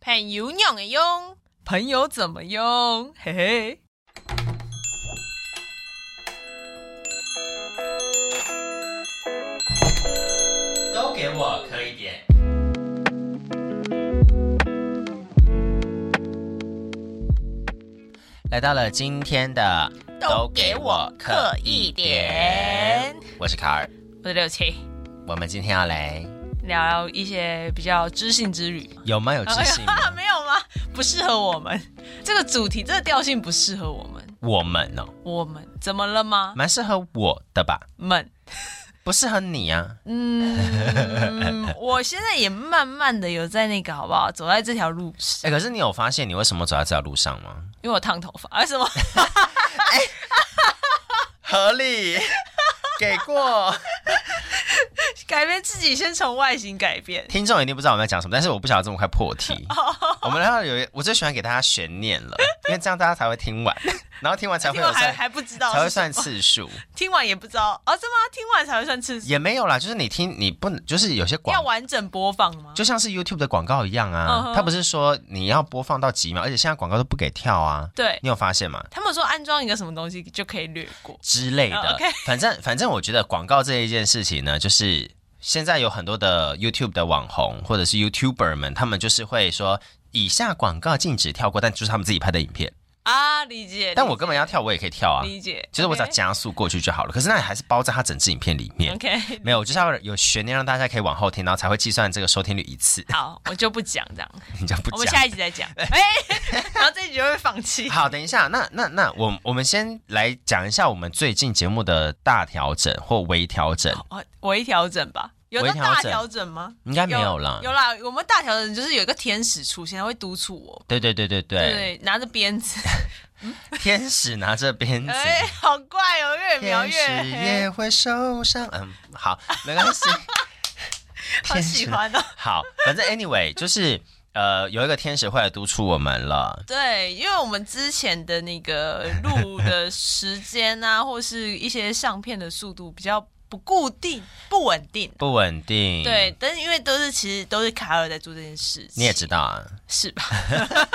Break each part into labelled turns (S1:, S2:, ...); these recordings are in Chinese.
S1: 朋友用的用，
S2: 朋友怎么用？嘿嘿。
S3: 都给我磕一点。来到了今天的
S1: 都给我刻一点，
S3: 我是卡尔。
S2: 我是六七，
S3: 我们今天要来，
S2: 聊聊一些比较知性之旅。
S3: 有吗？有自 信吗？
S2: 啊， 没有吗？不适合我们这个主题，这个调性不适合我们。
S3: 我们哦，
S2: 我们怎么了吗？
S3: 蛮适合我的吧？
S2: 们，
S3: 不适合你啊？
S2: 嗯，我现在也慢慢的有在那个好不好，走在这条路上，
S3: 哎、可是你有发现你为什么走在这条路上吗？
S2: 因为我烫头发， 啊什么？
S3: 合理， 给过。
S2: 改变自己，先从外形改变。
S3: 听众一定不知道我们在讲什么，但是我不想要这么快破 题。
S2: 哦
S3: 我们要有一，我最喜欢给大家悬念了，因为这样大家才会听完，然后听完才会
S2: 听
S3: 有
S2: 完还
S3: 算，
S2: 还不知道，
S3: 才会算，次数。
S2: 听完也不知道哦，是吗？听完才会算次数，
S3: 也没有啦，就是你听，你不能，就是有些广
S2: 要，完整播放吗？
S3: 就像是 YouTube 的广告一样
S2: 嗯
S3: 啊，
S2: 哼
S3: 它不是说你要播放到几秒，而且现在广告都不给跳啊，
S2: 对，
S3: 你有发现吗？
S2: 他们说安装一个什么东西就可以略过，
S3: 之类的。
S2: 哦，OK
S3: 反正反正我觉得广告这一件事情呢，就是现在有很多的 YouTube 的网红或者是 YouTuber 们，他们就是会说。以下广告禁止跳过，但就是他们自己拍的影 片。
S2: 啊，理解。
S3: 但
S2: 理
S3: 我
S2: 解
S3: 根本要跳，我也可以跳啊，
S2: 理解，
S3: 就是我只要
S2: OK
S3: 加速过去就好了。可是那还是包在它整支影片里面，
S2: OK，
S3: 没有，我就是要有悬念让大家可以往后听，然后才会计算这个收听率一次。
S2: 好，我就不讲这样，
S3: 你 就不
S2: 我们
S3: 讲。
S2: 下一集再 讲。哎， 然后这一集就会放弃。
S3: 好，等一下，那那那我我们先来讲一下我们最近节目的大调整或微调整，
S2: 我微调整吧，有到
S3: 微调
S2: 大
S3: 整
S2: 调整吗？
S3: 应该没有啦。
S2: 有啦，我们大调整就是有一个天使出现，他会督促我，
S3: 对对对对对，
S2: 对，拿着鞭 子，
S3: 天使拿着鞭子，
S2: 哎，好怪哦，越描
S3: 天
S2: 越
S3: 使
S2: 黑，
S3: 也会受伤。嗯，好，没关 系。
S2: 好喜欢哦。
S3: 好，反正 anyway 就是呃，有一个天使会来督促我们了。
S2: 对，因为我们之前的那个录的时间啊，或是一些相片的速度比较不固定、不稳定。
S3: 不稳定，
S2: 对，，但是因为都是其实都是卡尔在做这件事情，
S3: 嗯你也知道啊。
S2: 是吧？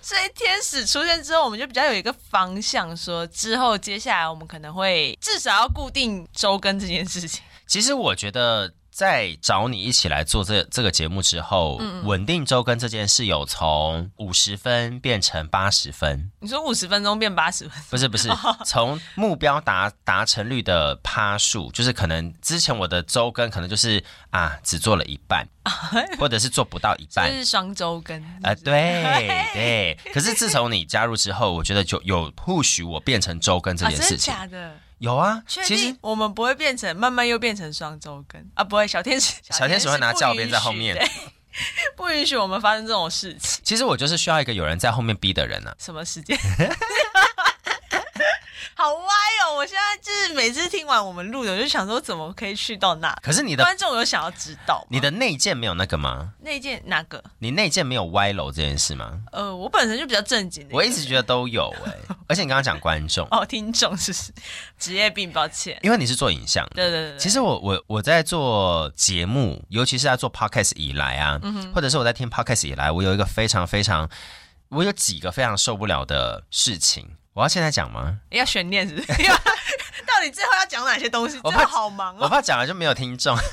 S2: 所以天使出现之后，我们就比较有一个方向，说之后接下来我们可能会至少要固定周更这件事情。
S3: 其实我觉得。在找你一起来做这这个节目之后，
S2: 嗯
S3: 稳定周更这件事有从五十分变成八十分，
S2: 你说五十分钟变八十分，
S3: 不是不是，从目标达达成率的趴数，就是可能之前我的周更可能就是啊，只做了一 半，或者是做不到一
S2: 这
S3: 半。
S2: 是双周更
S3: 啊、 对对，可是自从你加入之后，我觉得就有或许我变成周更呃这
S2: 啊，
S3: 件
S2: 真的
S3: 事情，
S2: 假的？
S3: 有啊。
S2: 确
S3: 其实
S2: 定我们不会变成慢慢又变成双周更啊？不会，小天使
S3: 小天使会拿教鞭在后面，
S2: 不允许对 不允许我们发生这种事情。
S3: 其实我就是需要一个有人在后面逼的人啊。
S2: 什么时 间？好歪哦！我现在就是每次听完我们录的，我就想说怎么可以去到那？
S3: 可是你的
S2: 观众有想要知道吗
S3: 你的内建没有那个吗？
S2: 那件哪个？
S3: 你内建没有歪楼这件事吗？
S2: 呃，我本身就比较正经的人，
S3: 我一直觉得都有哎、 而且你刚刚讲观众，
S2: 哦，听众是是职业病，抱歉。
S3: 因为你是做影像的，
S2: 对对对对，
S3: 其实我我我在做节目，尤其是在做 podcast 以来啊，
S2: 嗯
S3: 或者是我在听 podcast 以来，我有一个非常非常，我有几个非常受不了的事情。我要现在讲吗？
S2: 要悬念是不 是？到底最后要讲哪些东西？
S3: 我
S2: 真
S3: 怕
S2: 的好忙
S3: 我
S2: 哦。
S3: 怕讲了就没有听众。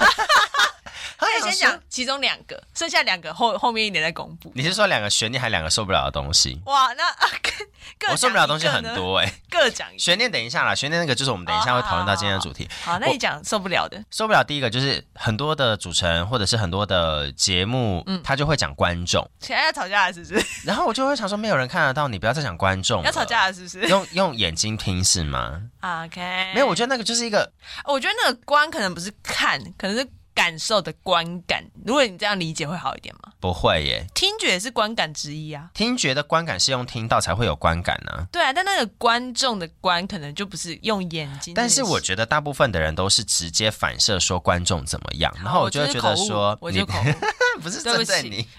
S2: 可以先讲其中两个，剩下两个后后面一点再公布。
S3: 你是说两个悬念，还两个受不了的东西？
S2: 哇，那啊各各
S3: 我受哦不了的东西很
S2: 讲一个呢，哦
S3: 多哎、
S2: 各讲一个。
S3: 悬念等一下啦，悬念那个就是我们等一下会讨论到今天的主题。
S2: 好，那你讲受不了的，
S3: 受不了第一个就是很多的主持人或者是很多的节目，
S2: 嗯
S3: 他就会讲观众，
S2: 现在要吵架了是不 是？
S3: 然后我就会想说没有人看得到，你不要再讲观众了，
S2: 要吵架了是不是
S3: 用用眼睛听 是吗？
S2: ？OK，
S3: 没有，我觉得那个就是一个，
S2: 我觉得那个观可能不是看，可能是感受的观感。如果你这样理解会好一点吗？
S3: 不会耶。
S2: 听觉也是观感之一啊。
S3: 听觉的观感是用听到才会有观感呢、啊，
S2: 对啊，但那个观众的观可能就不是用眼睛。
S3: 但是我觉得大部分的人都是直接反射说观众怎么样，然后我就会觉得说
S2: 我
S3: 你
S2: 哦 就口 误，
S3: 不是
S2: 对不
S3: 针
S2: 起
S3: 对你。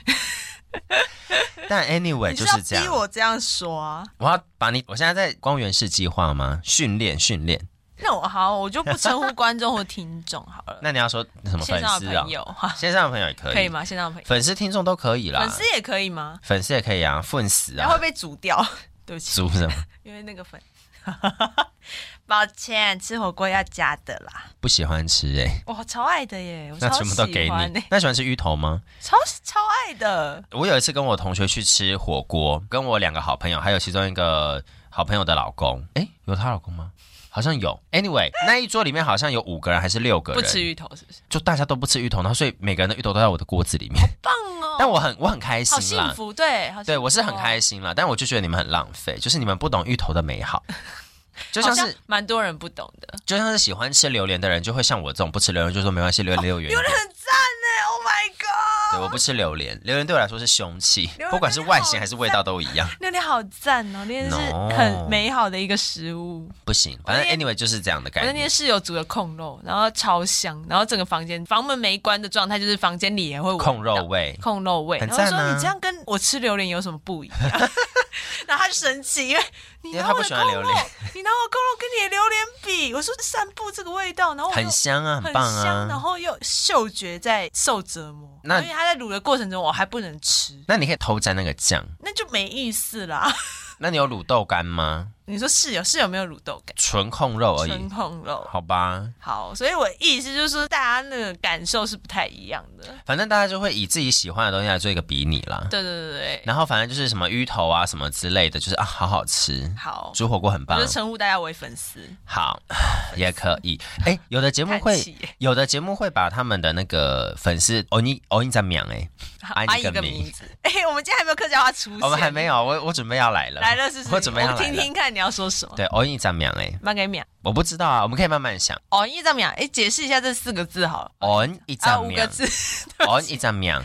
S3: 但 anyway 哎就是这
S2: 逼
S3: 样，
S2: 我这样说啊？
S3: 我要把你，我现在在光源式计划吗？训练训练，
S2: 那我好，我就不称呼观众或听众好了。
S3: 那你要说什么
S2: 线
S3: 粉
S2: 上
S3: 丝
S2: 的
S3: 啊
S2: 朋？友哈，
S3: 线上的朋友也可以，
S2: 可以？吗？线上的朋友，
S3: 粉丝、听众都可以啦，
S2: 粉丝也可以吗？
S3: 粉丝也可以啊，粉丝
S2: 然后
S3: 啊
S2: 会，被煮掉，对不起，
S3: 猪什么？
S2: 因为那个粉。抱歉，吃火锅要加的啦。
S3: 不喜欢吃 哎、
S2: 我超爱的耶，我
S3: 那
S2: 超
S3: 全部都给
S2: 喜欢欸
S3: 你
S2: 耶，。
S3: 那喜欢吃芋头吗？
S2: 超超爱的。
S3: 我有一次跟我同学去吃火锅，跟我两个好朋友，还有其中一个好朋友的老公。诶，有她老公吗？好像有。Anyway，那一桌里面好像有五个人还是六个人，
S2: 不吃芋头是不是？
S3: 就大家都不吃芋头，然后所以每个人的芋头都在我的锅子里面。
S2: 棒哦，
S3: 但我很我很开
S2: 好
S3: 心
S2: 幸
S3: 啦，
S2: 福，对，好幸福
S3: 对我是很
S2: 哦
S3: 开心啦，但我就觉得你们很浪费，就是你们不懂芋头的美好。就
S2: 好
S3: 像
S2: 像
S3: 是
S2: 蛮多人不懂的。
S3: 就像是喜欢吃榴莲的人，就会像我这种不吃榴莲，就说没关系，榴
S2: 哦
S3: 莲离我远一点。
S2: 很赞呢，Oh my god！
S3: 对，我不吃榴莲，榴莲对我来说是凶器
S2: 榴莲，
S3: 不管是外形还是味道都一样，
S2: 榴莲好赞哦，榴莲是
S3: No
S2: 很美好的一个食物。
S3: 不行。反
S2: 我
S3: 正
S2: 那天
S3: anyway 就是这样的
S2: 我
S3: 概
S2: 那天
S3: 念。
S2: 室友煮的控肉，然后超香，然后整个房间房门没关的状态，就是房间里也会闻到
S3: 控肉味，
S2: 控肉味。
S3: 很
S2: 然后
S3: 赞啊
S2: 说你这样跟我吃榴莲有什么不一样？ 然后他就生气，因为你
S3: 因为
S2: 拿
S3: 哎他
S2: 我
S3: 不
S2: 的
S3: 喜
S2: 控
S3: 欢
S2: 肉
S3: 榴莲，
S2: 你拿我控肉跟你的榴莲比，我说散步这个味道，然后我
S3: 很
S2: 就
S3: 香啊，
S2: 哦很
S3: 棒
S2: 香，然
S3: 啊。
S2: 后又嗅觉在受折磨。
S3: 那
S2: 因为他在卤的过程中，我还不能吃，
S3: 那你可以偷沾那个酱。
S2: 那就没意思啦。
S3: 那你有卤豆干吗？
S2: 你说室友室友没有卤豆干，
S3: 纯控肉而
S2: 纯
S3: 已，
S2: 控肉。
S3: 好吧。
S2: 好，所以我意思就是说，大家那个感受是不太一样的。
S3: 反正大家就会以自己喜欢的东西来做一个比拟啦。
S2: 对对对对对，
S3: 然后反正就是什么芋头啊什么之类的，就是啊好好吃，
S2: 好，
S3: 煮火锅很
S2: 我
S3: 棒
S2: 就，称呼大家为粉丝。
S3: 好也可以。哎，有的节目
S2: 叹
S3: 会
S2: 气耶
S3: 有的节目会把他们的那个粉丝哦你哦你在秒哎，
S2: 好
S3: 安一
S2: 安一
S3: 个
S2: 个
S3: 名
S2: 名字。哎、我们今天还没有客家话出现，
S3: 我们还没有，我我准备要来了，
S2: 来了，是不是？
S3: 我准备要来了。
S2: 听听看你要说什么。
S3: 对，哦你在秒哎，
S2: 慢给秒，
S3: 我不知道啊，我们可以慢慢想。
S2: 哦，一张秒，哎，解释一下这四个字好了。
S3: 哦你在
S2: 啊，五个
S3: 秒，
S2: 字，
S3: 哦你在秒，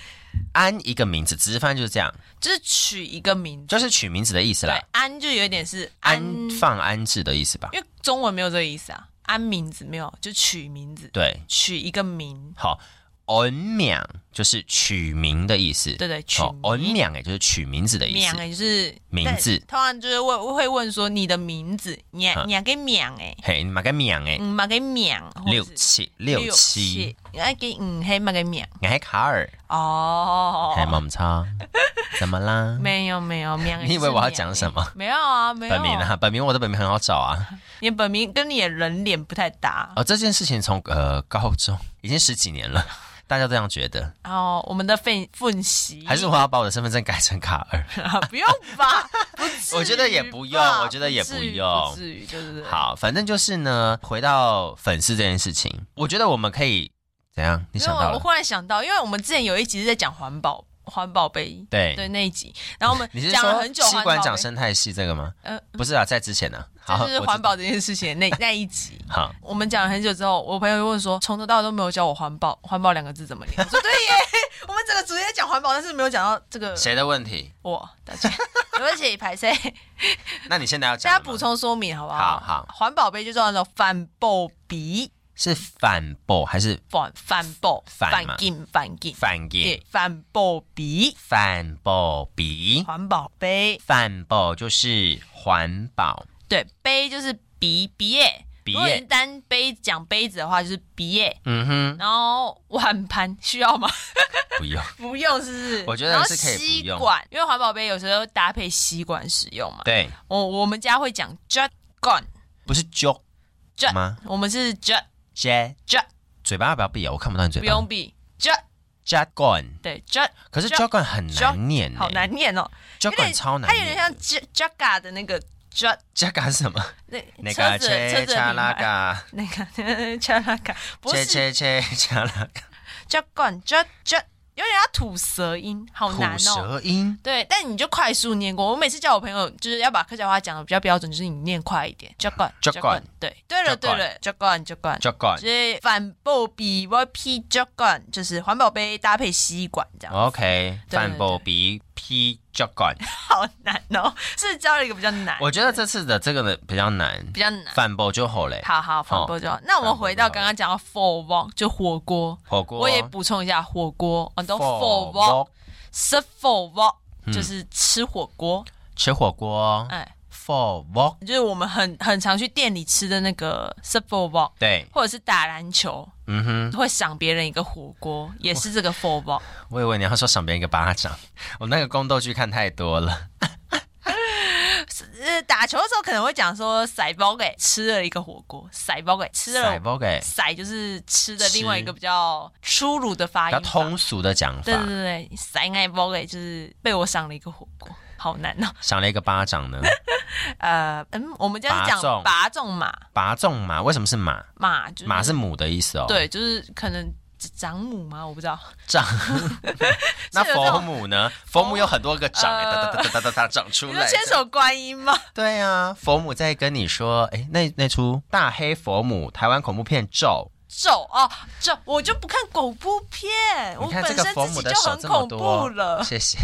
S3: 安一个名字，直翻就是这样，
S2: 就是取一个名字。
S3: 就是取名字的意思
S2: 对
S3: 啦，，
S2: 安就有点是安，
S3: 啊安放安置的意思吧？
S2: 因为中文没有这个意思啊。安名字没有，就取名字，
S3: 对，
S2: 取一个名，
S3: 好，恩名就是取名的意思。
S2: 对对，取
S3: 好，恩
S2: 名。
S3: 名哎，就是取名字的意
S2: 名
S3: 思。
S2: 哎，就是
S3: 名
S2: 但
S3: 字
S2: 通常就是问会问说你的名字，你
S3: 嗯
S2: 你给名哎，
S3: 嘿，你买个名哎，
S2: 嗯，嘛给名，或者
S3: 六
S2: 是
S3: 七六七，，
S2: 哎给嗯嘿嘛给名
S3: 哎卡尔，
S2: 哦，
S3: 哎毛姆超，怎么啦？
S2: 没有没有名，
S3: 你以为我要
S2: 哎
S3: 讲什么？
S2: 没有啊，没有
S3: 本名啊，本名我的本名很好找 啊。
S2: 你的本名跟你的人脸不太搭。
S3: 哦，这件事情从呃高中已经十几年了， 大家都这样觉得。
S2: 然后我们的粉粉席
S3: 还是 我要把我的身份证改成卡尔？
S2: 啊不用 吧？不至于吧
S3: 我觉得也不用我觉得也不
S2: 至于
S3: 用
S2: 不至于，对对对。，
S3: 好，反正就是呢，回到粉丝这件事情，我觉得我们可以怎样？
S2: 没
S3: 你想
S2: 有，
S3: 到
S2: 我
S3: 了？
S2: 忽然想到，因为我们之前有一集是在讲环保环保杯，
S3: 对
S2: 对那一集，然后我们
S3: 哎 你是
S2: 讲了
S3: 说
S2: 很久
S3: 西
S2: 环
S3: 馆
S2: 保
S3: 长
S2: 杯，
S3: 生态系这个吗？
S2: 呃，
S3: 不是啊，在之前呢、啊。好，
S2: 就是
S3: 我
S2: 环
S3: 知
S2: 保这件事情那那一集。
S3: 好，
S2: 我们讲了很久之后，我朋友就问说，从头到尾都没有教我环保，环保两个字怎么念？我说对耶， 我们整个主题在讲环保，但是没有讲到这个
S3: 谁的问题？
S2: 我，大家对不起，排谁？
S3: 那你现在要
S2: 大
S3: 讲
S2: 家
S3: 了吗？
S2: 补充说明好不好？
S3: 好好
S2: 环保杯就叫做反爆鼻，
S3: 是反驳还是
S2: 反反爆
S3: 反嘛
S2: 进反进，
S3: 反言？
S2: 对，反爆鼻，
S3: 反驳比
S2: 环保杯，
S3: 反驳就是环保
S2: 对，杯就是鼻鼻液。
S3: 鼻液
S2: 如果你单杯讲杯子的话，就是鼻液。
S3: 嗯哼，
S2: 然后碗盘需要吗？
S3: 不用。
S2: 不用，是不是？
S3: 我觉得
S2: 然后
S3: 是可以不用
S2: 吸管，因为环保杯有时候搭配吸管使用嘛。
S3: 对，
S2: 我我们家会讲 jug gun
S3: 不是 j
S2: jug，
S3: 吗
S2: 我们是 jug
S3: j
S2: jug，
S3: 嘴巴要不要闭啊？我看不到你嘴
S2: 不
S3: 巴。
S2: 用比 jug，
S3: jargon，
S2: 对 jug
S3: 可是
S2: Jug-
S3: jargon 很难念、欸，
S2: 好难念哦，有点
S3: jargon 超难
S2: 它有点
S3: 念。
S2: 像 jug jugga 的那个 jug，
S3: jargon 是 什么？
S2: 那
S3: 那
S2: 车
S3: 个啊
S2: 子车
S3: 切
S2: 子的
S3: 恰
S2: 品
S3: 拉
S2: 牌，
S3: 嘎，
S2: 那个 jugga 不
S3: 切
S2: 是
S3: 切切恰拉嘎，
S2: jug gun jug jug，有点要吐舌音，好难
S3: 吐
S2: 哦。
S3: 舌音。
S2: 对，但你就快速念过。我每次叫我朋友，就是要把客家话讲的比较标准，就是你念快一点 j u g g n j u
S3: Juggun
S2: g g n 对，对了，
S3: Juggun
S2: 对了 j u g g n j u g g n
S3: jargon。
S2: 所以反爆比 YP j u g g n 就是环保杯搭配吸管这
S3: 哦
S2: 样，
S3: OK，
S2: 对
S3: 范
S2: 对
S3: 博比 P jargon，
S2: 好难哦，是教了一个比较难，
S3: 我觉得这次的这个呢比较难，
S2: 比较难。
S3: 范博就好嘞，
S2: 好好，反爆就好。那我们回到
S3: 反驳就好
S2: 刚刚讲到 for one 就火锅，
S3: 火锅，
S2: 我也补充一下火锅，哦我都 for
S3: 火
S2: one
S3: 锅，嗯
S2: 是 for one 就是吃火锅，
S3: 吃火锅
S2: 哎
S3: for walk，
S2: 就是我们很很常去店里吃的那个 s u p for ball，
S3: 对，
S2: 或者是打篮球，
S3: 嗯哼，
S2: 会赏别人一个火锅，也是这个 for ball。
S3: 我以为你要说赏别人一个巴掌，我那个宫斗剧看太多了。
S2: 呃，打球的时候可能会讲说塞包给吃了一个火锅，塞包给吃了
S3: 塞包给
S2: 塞就是吃的
S3: 吃
S2: 另外一个比较粗鲁的发
S3: 比
S2: 音
S3: 较
S2: 法，
S3: 通俗的讲
S2: 对对
S3: 法，
S2: 对，对塞爱包给就是被我赏了一个火锅，好难哦。
S3: 赏了一个巴掌呢，
S2: 呃，嗯，我们家是
S3: 拔种
S2: 讲拔种马，
S3: 拔中马为什么是马？
S2: 马就是
S3: 马是母的意思哦。，
S2: 对，就是可能长母嘛，我不知道。
S3: 长。那
S2: 是有这
S3: 佛
S2: 种
S3: 母呢？佛母有很多个掌，哎，哒哒
S2: 呃
S3: 哒哒哒哒哒长出
S2: 你
S3: 来
S2: 说
S3: 的。
S2: 千手观音吗？
S3: 对啊，佛母在跟你说，哎，那那出大黑佛母台湾恐怖片咒，
S2: 咒哦，咒，我就不看恐怖片，我
S3: 你看
S2: 本
S3: 这
S2: 身
S3: 个佛母
S2: 自己
S3: 的
S2: 就
S3: 手
S2: 很
S3: 这么
S2: 恐怖
S3: 多，
S2: 了。
S3: 谢谢。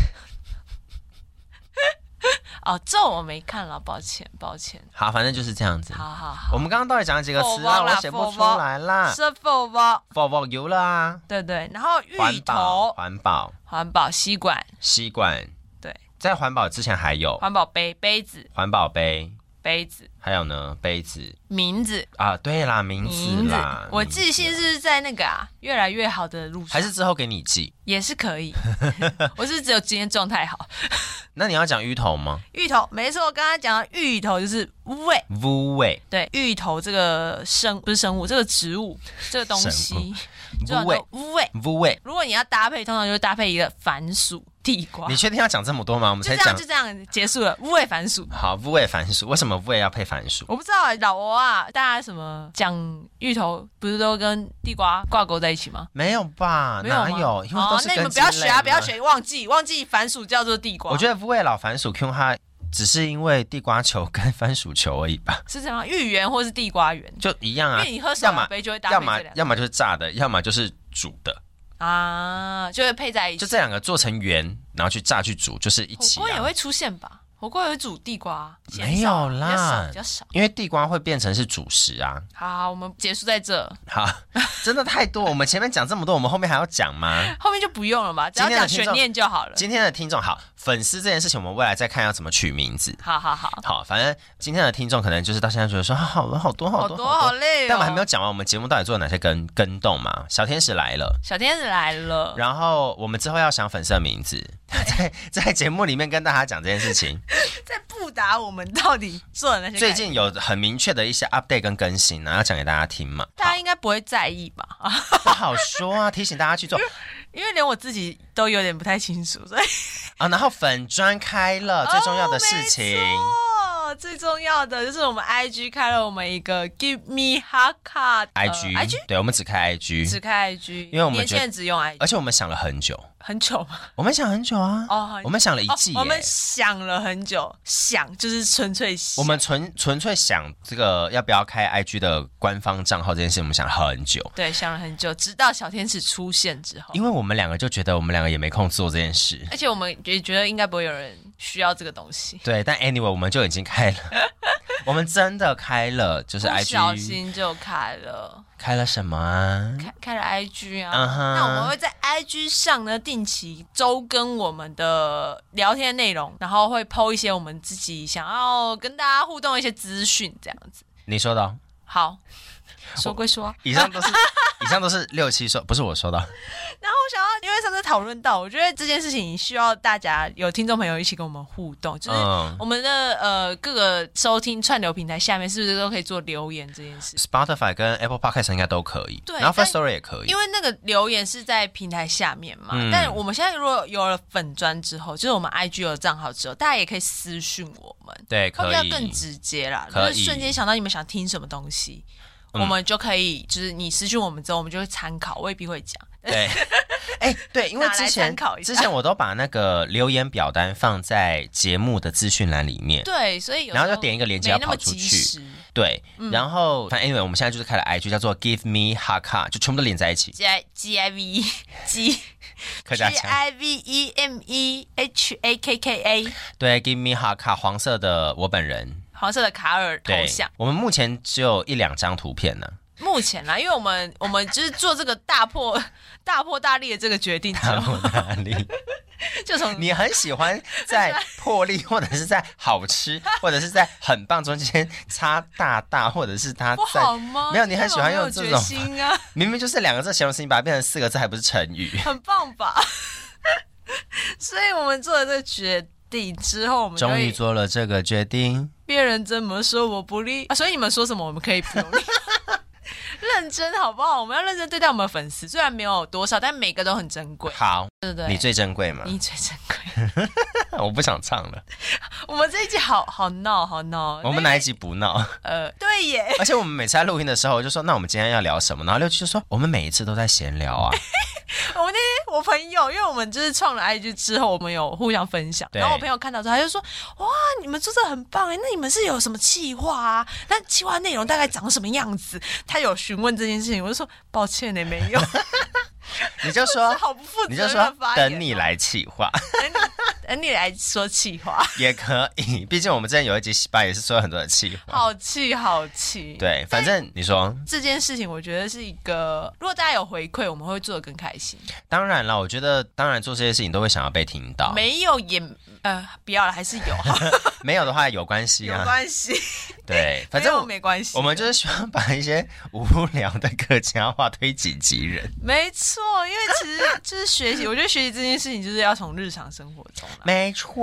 S2: 哦，咒我没看了，抱歉，抱歉。
S3: 好，反正就是这样子。
S2: 好好好
S3: 我，们刚刚到底讲了几个词
S2: 佛
S3: 啊？
S2: 王啦
S3: 我写不出来啦。
S2: 是否包？
S3: 佛佛油了啊，
S2: 对对，然后芋
S3: 环保、
S2: 头、
S3: 环保、
S2: 环保吸管，
S3: 吸管，
S2: 对，
S3: 在环保之前还有
S2: 环保杯、杯子、
S3: 环保杯，
S2: 杯子、
S3: 还有呢杯子
S2: 名字、
S3: 啊，对啦，名字
S2: 名字
S3: 啦。。
S2: 我
S3: 名字
S2: 记性是在那个啊，越来越好的路上，
S3: 还是之后给你记。
S2: 也是可 以。我是只有今天状态好。
S3: 那你要讲芋头吗？
S2: 芋头，没错，我刚刚讲的芋头就是喂，
S3: 乌味，
S2: 对，芋头这个生不是生物，这个植物这个东
S3: 生物
S2: 西，就
S3: 乌味，
S2: 喂。
S3: 乌味。
S2: 如果你要搭配，通常就是搭配一个番薯、地瓜，
S3: 你
S2: 就
S3: 确定要讲这么多吗？我们
S2: 这
S3: 才
S2: 样
S3: 讲
S2: 就这样结束了。喂番薯，
S3: 好乌味番薯，为什么乌味要配番薯？
S2: 我不知道啊，老欧啊，大家什么讲芋头，不是都跟地瓜挂钩在一起吗？
S3: 没有吧？
S2: 没有吗
S3: 哪有？因为都
S2: 哦，
S3: 是
S2: 那你
S3: 根
S2: 们不
S3: 茎
S2: 要学啊，
S3: 类
S2: 不要
S3: 嘛
S2: 学，忘记忘记番薯叫做地瓜，
S3: 我觉得乌味老番薯 Q 它，只是因为地瓜球跟番薯球而已吧，
S2: 是这样，芋圆或是地瓜圆，
S3: 就一样
S2: 因
S3: 啊
S2: 为。你喝手
S3: 要么
S2: 摇杯就会搭
S3: 要
S2: 配
S3: 么
S2: 这两个
S3: 要么就是炸的，要么就是煮的，
S2: 啊，就会配在一起
S3: 就。这两个做成圆，然后去炸去煮，就是一
S2: 火
S3: 起、
S2: 锅也
S3: 啊。
S2: 会出现吧？火锅也会煮地瓜啊，
S3: 没
S2: 嫌少啊
S3: 有
S2: 比较少
S3: 啦
S2: 比较少。
S3: 因为地瓜会变成是主食啊。
S2: 好好，我们结束在这，
S3: 好， 真的太多，我们前面讲这么多，我们后面还要 讲吗？
S2: 后面就不用了吧？只
S3: 今
S2: 要
S3: 天
S2: 讲
S3: 的听众
S2: 悬念就好了。
S3: 今天的听众好，粉丝这件事情，我们未来再看要怎么取名字。
S2: 好好好，
S3: 好，反正今天的听众可能就是到现在觉得说，啊好了，好多好
S2: 好
S3: 多
S2: 多好累哦。
S3: 但我们还没有讲完，我们节目到底做了哪些跟跟动嘛？小天使来了，
S2: 小天使来了，
S3: 然后我们之后要想粉丝的名字，在 在节目里面跟大家讲这件事情。
S2: 在不答我们到底做了那些改
S3: 最
S2: 变。
S3: 近有很明确的一些 update 跟更新然后讲给大家听 嘛。
S2: 大家应该不会在意吧？啊，
S3: 好不好说啊，提醒大家去做
S2: 因为连我自己都有点不太清楚，所以
S3: 啊。然后粉砖开了， 最重要的事情。
S2: 哦，没哦错最重要的就是我们 IG 开了我们一个 Give Me Hot Card 呃
S3: IG，、
S2: IG
S3: 对，我们只开
S2: 只
S3: IG，
S2: 开 IG，
S3: 因为我们
S2: 年轻
S3: 觉得呃
S2: 人只用 IG，
S3: 而且我们想了很久，
S2: 很久吗？
S3: 我们想很久啊，
S2: 哦很
S3: 我们想了一季耶、
S2: 哦。我们想了很久，想就是纯粹想
S3: 我们纯纯粹想这个要不要开 IG 的官方账号这件事，我们想了很久，
S2: 对想了很久，直到小天使出现之后，
S3: 因为我们两个就觉得我们两个也没空做这件事。
S2: 而且我们也觉得应该不会有人需要这个东西，
S3: 对，但 anyway 我们就已经开 了，我们真的开了，就是
S2: 不小
S3: IG
S2: 心就开了，
S3: 开了什么啊？
S2: 开开了 IG 啊。
S3: 嗯哼
S2: 那我们会在 IG 上呢定期周更我们的聊天内容，然后会 PO 一些我们自己想要跟大家互动的一些资讯，这样子。
S3: 你说的哦、
S2: 好，说归说啊，
S3: 以上 都是以上都是六七说，不是我说的哦，
S2: 然后我想要，因为上次讨论到，我觉得这件事情需要大家有听众朋友一起跟我们互动，就是
S3: 嗯
S2: 我们的呃各个收听串流平台下面是不是都可以做留言这件事？
S3: ，Spotify 跟 Apple Podcast 应该都可以，
S2: 对
S3: 然后
S2: 但
S3: First Story 也可以
S2: 因，为那个留言是在平台下面嘛，
S3: 嗯
S2: 但我们现在如果有了粉砖之后，就是我们 IG 有账号之后，大家也可以私讯我们，
S3: 对，
S2: 会
S3: 可
S2: 不会
S3: 以，
S2: 更直接啦？
S3: 可以
S2: 就是瞬间想到你们想听什么东西，
S3: 嗯
S2: 我们就可以，就是你私讯我们之后，我们就会参考，未必会讲。
S3: 对，哎、对，因为
S2: 拿来
S3: 之前
S2: 参考一下
S3: 之前我都把那个留言表单放在节目的资讯栏里面，
S2: 对，所以有时
S3: 然
S2: 候
S3: 后就点一个链接
S2: 没
S3: 要
S2: 那
S3: 跑
S2: 么
S3: 出
S2: 及
S3: 去，
S2: 时。嗯
S3: 对，然后反正 anyway 我们现在就是开了 IG 叫做 Give Me Haka，就全部都连在一起，
S2: G I G I V E G G
S3: 客家腔，
S2: I V E M E H A K K A
S3: 对，Give Me Haka 黄色的我本人，
S2: 黄色的卡尔头
S3: 对
S2: 像。，
S3: 我们目前只有一两张图片呢、
S2: 目前啦，因为我们我 们就是做这个大破大破大立的这个决定之
S3: 看
S2: 后，
S3: 我哪里？
S2: 就这种
S3: 你很喜欢 在破例， 或者是在好吃，或者是在很棒中间插大大，或者是他
S2: 不
S3: 在
S2: 好吗？
S3: 没有你很喜欢用这
S2: 这
S3: 种
S2: 种决心啊，
S3: 明明就是两个字形容词，你把它变成四个字，还不是成语？
S2: 很棒吧？ 所以我们做了这个决定之后，我们就
S3: 终于
S2: 会
S3: 做了这个决定，
S2: 别人怎么说我不理啊，所以你们说什么我们可以不用理。 认真好不好？我们要认真对待我们的粉丝，虽然没有多少，但每个都很珍贵，
S3: 好，
S2: 对不对？
S3: 你最珍贵嘛？
S2: 你最珍贵。
S3: 我不想唱了，
S2: 我们这一集好好闹，好闹。
S3: 我们哪一集不闹？
S2: 呃，对耶，
S3: 而且我们每次在录音的时候，我就说那我们今天要聊什么？然后六七就说我们每一次都在闲 聊啊，
S2: 我那天我朋友，因为我们就是创了 IG 之后，我们有互相分享，
S3: 对
S2: 然后我朋友看到之后，他就说：“哇，你们做这很棒哎，那你们是有什么企划啊？那企划内容大概长什么样子？”他有询问这件事情，我就说：“抱歉呢，没 有，
S3: 你就说
S2: 好不负
S3: 你
S2: 责
S3: 就
S2: 任
S3: 说
S2: 的发言。”啊
S3: 等你，来气话
S2: 等你，等你来说企划，
S3: 也可以，毕竟我们之前有一集洗白也是说了很多的气话。
S2: 好气，好气。。
S3: 对，反正你说，
S2: 这件事情，我觉得是一个，如果大家有回馈，我们会做的更开心。
S3: 当然了，我觉得当然做这些事情都会想要被听到，
S2: 没有也呃，不要了，还是有，好
S3: 没有的话 有关系
S2: 有
S3: 啊。
S2: 关系，
S3: 对，反
S2: 没有
S3: 正我
S2: 没关系。
S3: 我们就是喜欢把一些无聊的客家话推己及 人。
S2: 没错，因为其实就是学习，我觉得学习这件事情就是要从日常生活中来。
S3: 没错，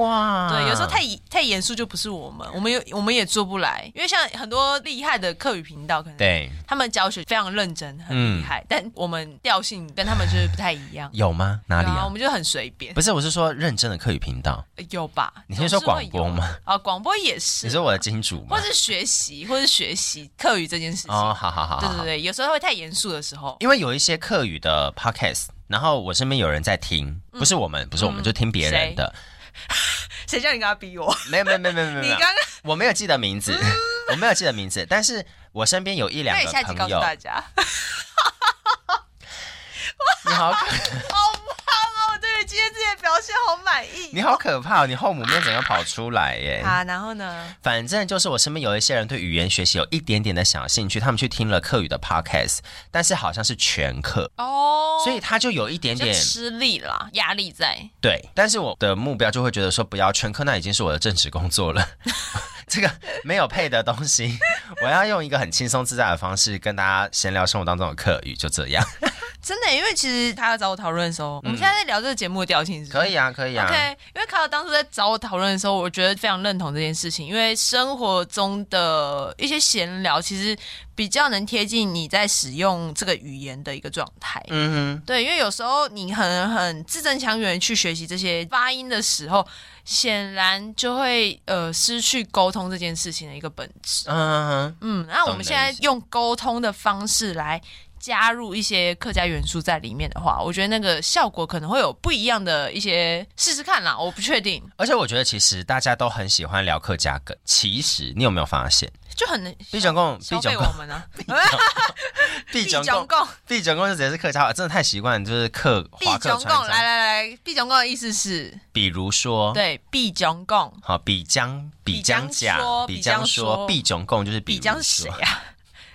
S2: 对，有时候太太严肃就不是我们，我们有我们也做不来，因为像很多厉害的课语频道，可能
S3: 对。
S2: 他们教学非常认真，很厉害，但我们调性跟他们就是不太一样
S3: 有吗？哪里
S2: 对啊？我
S3: 啊？
S2: 们就很随便，
S3: 不是，我是说认真的课语频道。
S2: 有吧？
S3: 你先说广
S2: 总
S3: 播
S2: 是会有
S3: 吗？
S2: 啊，广播也是，
S3: 你说我的金主吗
S2: 或？是学习，或是学习课语这件事情。
S3: 哦，好好好，
S2: 对
S3: 好
S2: 对
S3: 好
S2: 对，有时候会太严肃的时候，
S3: 因为有一些课语的 podcast，然后我身边有人在听，不是我们，不是我们，
S2: 嗯
S3: 就听别人的。
S2: 谁叫你刚刚逼我？
S3: 没有没有没有没有没有
S2: 你
S3: 没有
S2: 刚，刚
S3: 我没有记得 名字，我没有记得名字，但是我身边有一两
S2: 那你
S3: 个
S2: 下集告
S3: 朋
S2: 诉
S3: 友，
S2: 大家。
S3: 你好可
S2: 好棒哦！我对于今天自己的表现好满意。
S3: 你好可怕、哦，你后母面怎么跑出来耶？
S2: 啊，然后呢？
S3: 反正就是我身边有一些人对语言学习有一点点的小兴趣，他们去听了课语的 podcast，但是好像是全课，
S2: 哦
S3: 所以他就有一点
S2: 就
S3: 点
S2: 吃力啦，压力在。
S3: 对。但是我的目标就会觉得说，不要全课，那已经是我的正职工作了。 这个没有配的东西，我要用一个很轻松自在的方式跟大家闲聊生活当中的课语，就这 样。
S2: 真的，因为其实他要找我讨论的时候，我们现在在聊这个节目的调性是不是
S3: 嗯可以啊，可以啊。
S2: OK，因为卡尔当初在找我讨论的时候，我觉得非常认同这件事情，因为生活中的一些闲聊，其实比较能贴近你在使用这个语言的一个状态。
S3: 嗯哼，
S2: 对，因为有时候你很很字正腔圆去学习这些发音的时候，显然就会呃失去沟通这件事情的一个本质。
S3: 嗯哼，
S2: 嗯，那我
S3: 懂
S2: 们
S3: 你的
S2: 现在
S3: 意思
S2: 用沟通的方式来加入一些客家元素在里面的话，我觉得那个效果可能会有不一样的一些试试看啦，我不确定，
S3: 而且我觉得其实大家都很喜欢聊客家梗。其实你有没有发现，
S2: 就很能
S3: 毕总共，毕
S2: 消
S3: 总
S2: 费
S3: 共，
S2: 我们呢、啊。
S3: 毕
S2: 毕
S3: 总
S2: 总
S3: 共，
S2: 共，
S3: 毕总共就直接是客家话，真的太习惯就是客
S2: 毕
S3: 华客
S2: 总
S3: 川
S2: 共，来
S3: 商。
S2: 来来，毕总共的意思是
S3: 比如说，
S2: 对，毕总共，
S3: 好，比江比
S2: 比
S3: 江
S2: 江
S3: 讲，
S2: 说
S3: 比
S2: 比江
S3: 江说，
S2: 说
S3: 毕总共就是比
S2: 毕
S3: 如
S2: 江是
S3: 说
S2: 谁呀、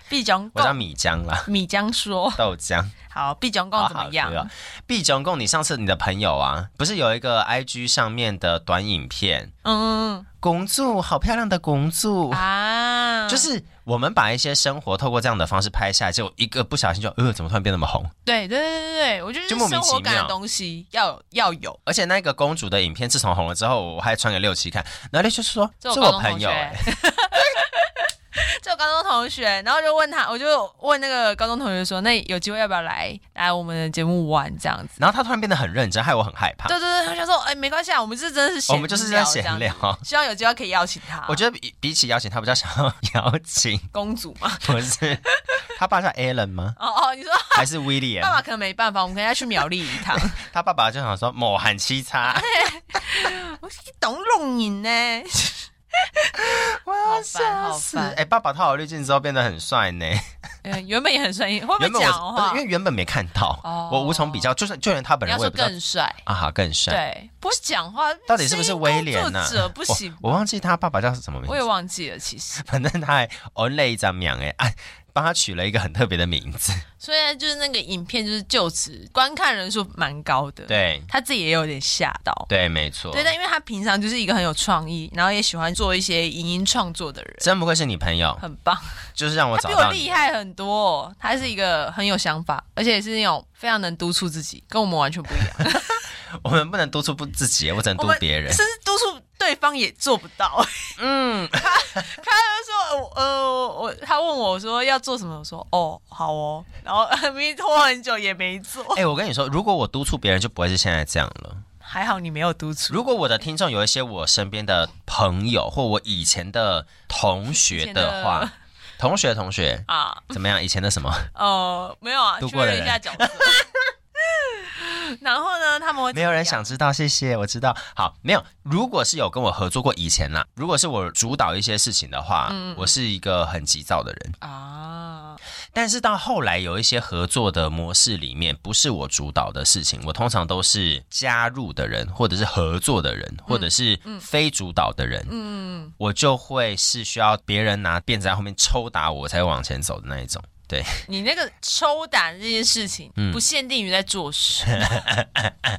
S2: 毕总
S3: 我叫
S2: 共，
S3: 米江啦，
S2: 米江说。
S3: 豆浆，
S2: 好，毕总共
S3: 好
S2: 怎
S3: 好
S2: 么
S3: 吃
S2: 样？
S3: 哦。毕总共，你上次你的朋友啊，不是有一个 IG 上面的短影片，
S2: 嗯
S3: 公主好漂亮的公主。
S2: 啊，
S3: 就是我们把一些生活透过这样的方式拍下来，结果一个不小心就呃，怎么突然变那么红？
S2: 对对对对对，我觉得就
S3: 就莫
S2: 是
S3: 名
S2: 生
S3: 其
S2: 活感
S3: 妙
S2: 的东西要有要有。
S3: 而且那个公主的影片自从红了之后，我还传给六七看，然后六七就说
S2: 这我
S3: 是
S2: 高
S3: 我
S2: 中
S3: 朋
S2: 同
S3: 友、
S2: 学
S3: 欸，，
S2: 这我高中同学，然后就问他，我就问那个高中同学说，那有机会要不要来来我们的节目玩这样子？
S3: 然后他突然变得很认真，害我很害怕。
S2: 对对对，他想说，哎，没关系啊，我们这真的是闲
S3: 啊我们就是在闲
S2: 这样子
S3: 聊，
S2: 希望有机会可以邀请他。
S3: 我觉得比比起邀请他，比较想要邀请，
S2: 公主嘛，
S3: 不 是？他爸叫 Alan 吗？
S2: 哦哦，你说
S3: 还是
S2: 爸
S3: William？
S2: 爸可能没办法，我们可能要去苗栗一 趟。
S3: 他爸爸就想说某喊七
S2: 哎
S3: 叉，
S2: 我是懂弄你呢，
S3: 我
S2: 要吓死
S3: 哎、爸爸套好滤镜之后变得很帅呢。
S2: 嗯，原本也很帅，会不会
S3: 原本
S2: 讲
S3: 我
S2: 话
S3: 不是？因为原本没看到，
S2: 哦
S3: 我无从比较，就算就连他本
S2: 你
S3: 人
S2: 要
S3: 我也
S2: 说
S3: 不知道
S2: 更帅，
S3: 啊，好更帅。
S2: 对，不是讲话，
S3: 到底是不是威廉啊
S2: 声音工
S3: 呢、
S2: 作者不行，
S3: 我，我忘记他爸爸叫什么名
S2: 我也
S3: 字，
S2: 忘记了，其实。
S3: 反正他还 only 张扬哎，哎，帮他取了一个很特别的名 字。
S2: 所以就是那个影片就是就此观看人数蛮高的，，
S3: 对
S2: 他自己也有点吓到，
S3: 对，没错。
S2: 对，但因为他平常就是一个很有创意，然后也喜欢做一些影音创作的人，
S3: 真不愧是你朋 友，
S2: 很棒。
S3: 就是让我
S2: 他
S3: 找
S2: 比
S3: 到
S2: 我
S3: 你
S2: 厉。害很多哦、他是一个很有想法，而且是那种非常能督促自己，跟我们完全不一样。
S3: 我们不能督促不自己，我只能
S2: 我
S3: 督
S2: 们
S3: 别人
S2: 甚。至督促对方也做不到。
S3: 嗯，
S2: 他就说，呃呃，我他问我说要做什么，我说哦，好哦，然后 明明拖很久也没做，
S3: 哎、我跟你说，如果我督促别人，就不会是现在这样了。
S2: 还好你没有督促。
S3: 如果我的听众有一些我身边的朋友或我以前的同学的
S2: 以
S3: 话
S2: 前，
S3: 同学同学
S2: 啊，
S3: 怎么样？以前的什么？
S2: 哦，没有啊，
S3: 度
S2: 确
S3: 过了
S2: 认一下角色。 然后呢，他们会
S3: 没有人
S2: 怎么
S3: 想知道，谢谢，我知道。好，没有。如果是有跟我合作过以前啦，如果是我主导一些事情的话，
S2: 嗯
S3: 我是一个很急躁的人。
S2: 样啊，
S3: 但是到后来有一些合作的模式里面，不是我主导的事情，我通常都是加入的人，或者是合作的人，或者是非主导的人，
S2: 嗯，
S3: 我就会是需要别人拿辫子在后面抽打我，我才会往前走的那一种。对，
S2: 你那个抽打这件事情，
S3: 嗯
S2: 不限定于在做事，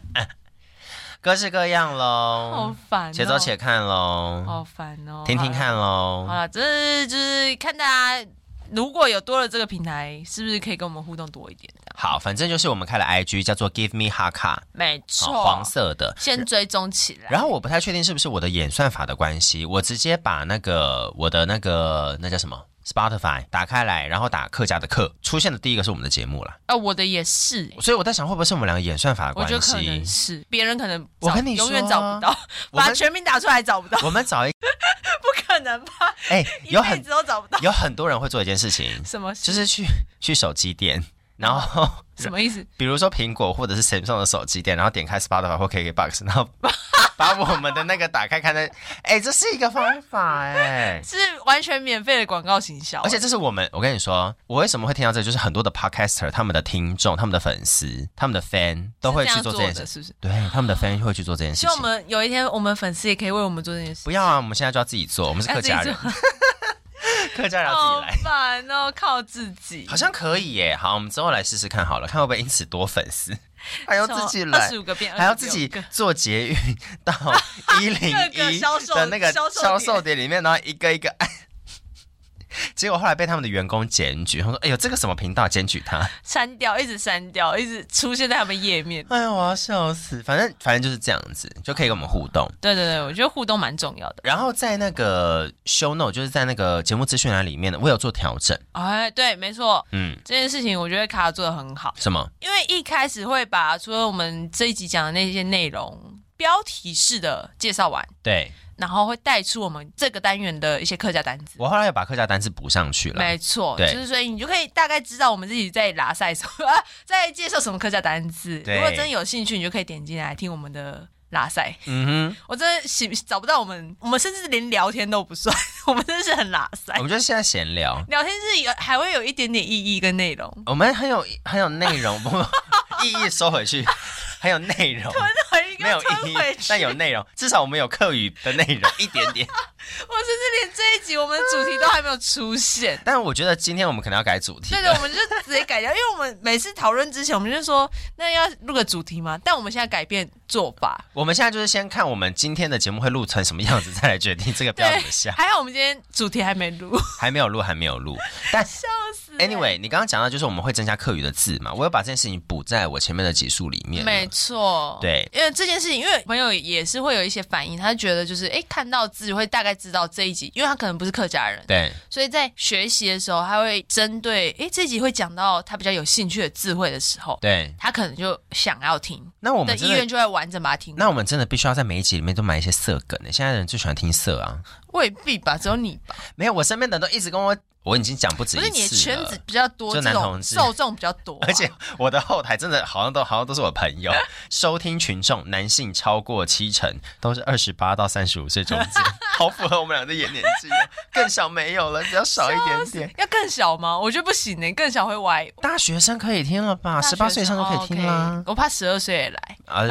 S3: 各式各样
S2: 好
S3: 喽，
S2: 烦、哦，
S3: 且走且看喽，
S2: 好烦哦，
S3: 听听看
S2: 好
S3: 喽
S2: 啦。。好了，这就是看大家如果有多了这个平台，是不是可以跟我们互动多一点的？
S3: 好，反正就是我们开了 IG，叫做 Give Me 哈卡，
S2: 没错，
S3: 好黄色的。
S2: 先追踪起来。
S3: 然后我不太确定是不是我的演算法的关系，我直接把那个我的那个那叫什么 Spotify 打开来，然后打客家的客，出现的第一个是我们的节目啦。
S2: 啊，我的也是、欸
S3: 所以我在想，会不会是我们两个演算法的
S2: 我
S3: 关
S2: 觉得可
S3: 系
S2: 能？是别人可能找
S3: 我跟你说啊
S2: 永远找不到，
S3: 我 们
S2: 把全名打出来找不到，
S3: 我们找 一
S2: 不可能吧？
S3: 哎、
S2: 一
S3: 有
S2: 辈
S3: 很
S2: 子都找不到，
S3: 有很多人会做一件事情，
S2: 什么就
S3: 就
S2: 是
S3: 去去手机店，然后
S2: 什么意思？
S3: 比如说苹果或者是 Samsung 的手机店，然后点开 Spotify 或 KKBox，然后把我们的那个打开看看，哎、这是一个方法哎、
S2: 是完全免费的广告行销，啊
S3: 而且这是我们，我跟你说，我为什么会听到这个就是很多的 podcaster，他们的听众、他们的粉丝、他们的 fan 都会去
S2: 是这
S3: 做
S2: 样做
S3: 这件
S2: 的，
S3: 事，
S2: 是不是？
S3: 对，他们的 fan 会去做这件事
S2: 希望我
S3: 情。
S2: 们有一天，我们粉丝也可以为我们做这件事。哎
S3: 不要啊，我们现在就要自己做，我们是客啊
S2: 哦
S3: 家人，客家人要自
S2: 好
S3: 己来，
S2: 烦哦，靠自己。
S3: 好像可以耶。好，我们之后来试试看好了，看会不会因此多粉丝， 还要自己来
S2: 二十。五个变，
S3: 还要自己
S2: 26个
S3: 做捷运 到一零
S2: 各个
S3: 一
S2: 销售
S3: 的那个
S2: 销售
S3: 销
S2: 点
S3: 售点里面，然后一个一 个按。结果后来被他们的员工检举，他说：“哎呦，这个什么频道检举他？”
S2: 删掉，一直删掉，一直出现在他们页面。
S3: 哎呀，我要笑死！反正反正就是这样子，就可以跟我们互动。
S2: 对对对，我觉得互动蛮重要的。
S3: 然后在那个 show note，就是在那个节目资讯栏里面的，我有做调整。
S2: 哎，对，没错，
S3: 嗯，
S2: 这件事情我觉得卡尔做的很好，
S3: 什么？
S2: 因为一开始会把除了我们这一集讲的那些内容标题式的介绍完，
S3: 对
S2: 然后会带出我们这个单元的一些客家单词。
S3: 我后来又把客家单词补上去了。
S2: 没错，就
S3: 对
S2: 是所以你就可以大概知道我们自己在拉赛什么， 啊在介绍什么客家单字。
S3: 对
S2: 如果真的有兴趣，你就可以点进来听我们的拉赛。
S3: 嗯
S2: 我真的喜找不到我们，我们甚至连聊天都不算， 我们真的是很拉塞
S3: 哼，我。们就是现在闲聊，
S2: 聊天是有还会有一点点意义跟内容，
S3: 我们很有很有内容，不 意义收回去，很有内容，
S2: 很一
S3: 没有
S2: 个
S3: 意
S2: 吞
S3: 义
S2: 回，去。
S3: 但有内容，至少我们有课语的内容一点 点。。
S2: 我甚至连这一集我们的主题都还没有出现
S3: 但我觉得今天我们可能要改主题
S2: 对
S3: 了。
S2: 的，我们就直接改掉，因为我们每次讨论之前，我们就说那要录个主题嘛，但我们现在改变做法，
S3: 我们现在就是先看我们今天的节目会录成什么样子，再来决定这个标怎么下。
S2: 还好我们今天主题还没录，
S3: 还没有录，还没有录。但
S2: 笑死欸。
S3: anyway，你刚刚讲到就是我们会增加课语的字嘛，我有把这件事情补在我前面的集数里面。
S2: 没错，
S3: 对，
S2: 因为这件事情，因为朋友也是会有一些反应，他觉得就是哎，看到字会大概知道这一集，因为他可能不是客家人，
S3: 对
S2: 所以在学习的时候，他会针对哎这集会讲到他比较有兴趣的智慧的时候，
S3: 对，
S2: 他可能就想要听
S3: 那我
S2: 的
S3: 们真
S2: 意
S3: 的
S2: 愿，就会完整把它听完。
S3: 那我们真的必须要在每一集里面都埋一些色梗欸呢。现在的人最喜欢听色啊，
S2: 未必吧，只有你吧，
S3: 没有，我身边的人都一直跟我，我已经讲不止
S2: 不
S3: 一次
S2: 是
S3: 了。
S2: 你的圈子比较多，
S3: 就
S2: 这
S3: 男
S2: 种
S3: 同志
S2: 受众比较多啊、
S3: 而且我的后台真的好像都好像都是我朋友， 收听群众男性超过七成，都是二十八到三十五岁中 间，好符合我们俩的眼年纪哦，更小没有了，只要少一点点。
S2: 要更小吗？我觉得不行呢、更小会歪。
S3: 啊大学生可以听了吧？十八岁以上都可以听啦
S2: 哦。OK，我怕十二岁也来，
S3: 啊，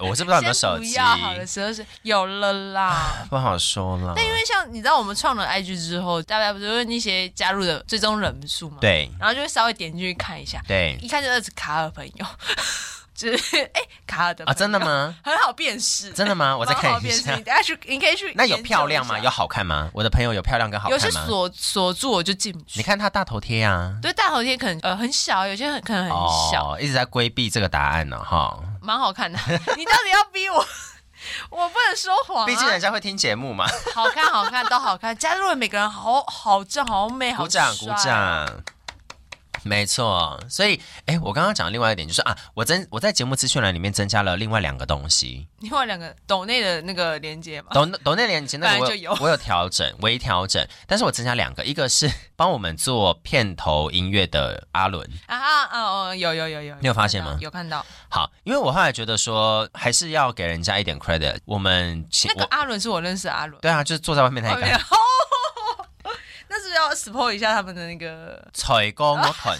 S3: 我是不知道有没有
S2: 先
S3: 手
S2: 不
S3: 机，
S2: 要好了，十二岁有了啦。
S3: 不好说了。
S2: 但因为像你知道，我们创了 IG 之后，大家不是会那些加入的追踪人数嘛？。
S3: 对
S2: 然后就会稍微点进去看一下，
S3: 对
S2: 一看就是卡尔朋友， 就是哎、卡尔的
S3: 啊，
S2: 朋友
S3: 真 的吗？
S2: 很好辨识，
S3: 真的吗？我再
S2: 蛮好
S3: 看一
S2: 辨识
S3: 下
S2: 你。等下去，你可以去。
S3: 那有漂亮吗？有好看吗？我的朋友有漂亮跟好
S2: 有
S3: 看
S2: 些
S3: 吗？
S2: 锁锁住我就进不
S3: 你
S2: 去。
S3: 看他大头贴啊，
S2: 对，大头贴可能呃很小，有些很可能很小，
S3: 哦，一直在规避这个答案呢、哈。
S2: 蛮好啊看的。 你到底要逼我？ 我不能说谎、啊，
S3: 毕竟人家会听节目嘛，
S2: 好看，好看都好看。加入了每个人好好正，好美，好
S3: 鼓掌鼓
S2: 帅啊
S3: 掌。没错，所以，哎，我刚刚讲另外一点就是啊，我增我在节目资讯栏里面增加了另外两个东西，
S2: 另外两个抖内的那个连接嘛，
S3: 抖抖内连接那
S2: 哦
S3: 个
S2: 本
S3: 我
S2: 来就有
S3: 我有调整，微调整，但是我增加两个，一个是帮我们做片头音乐的阿伦，
S2: 啊啊啊哦，有有有有，
S3: 你有发现吗
S2: 看到有看到
S3: 好，因为我后来觉得说还是要给人家一点 credit，我们请
S2: 那个
S3: 我
S2: 阿伦是我认识的阿伦，
S3: 对啊，就是坐在外面那
S2: 哦没有
S3: 个
S2: 那是不是要 support 一下他们的那个。
S3: 采购乐 团，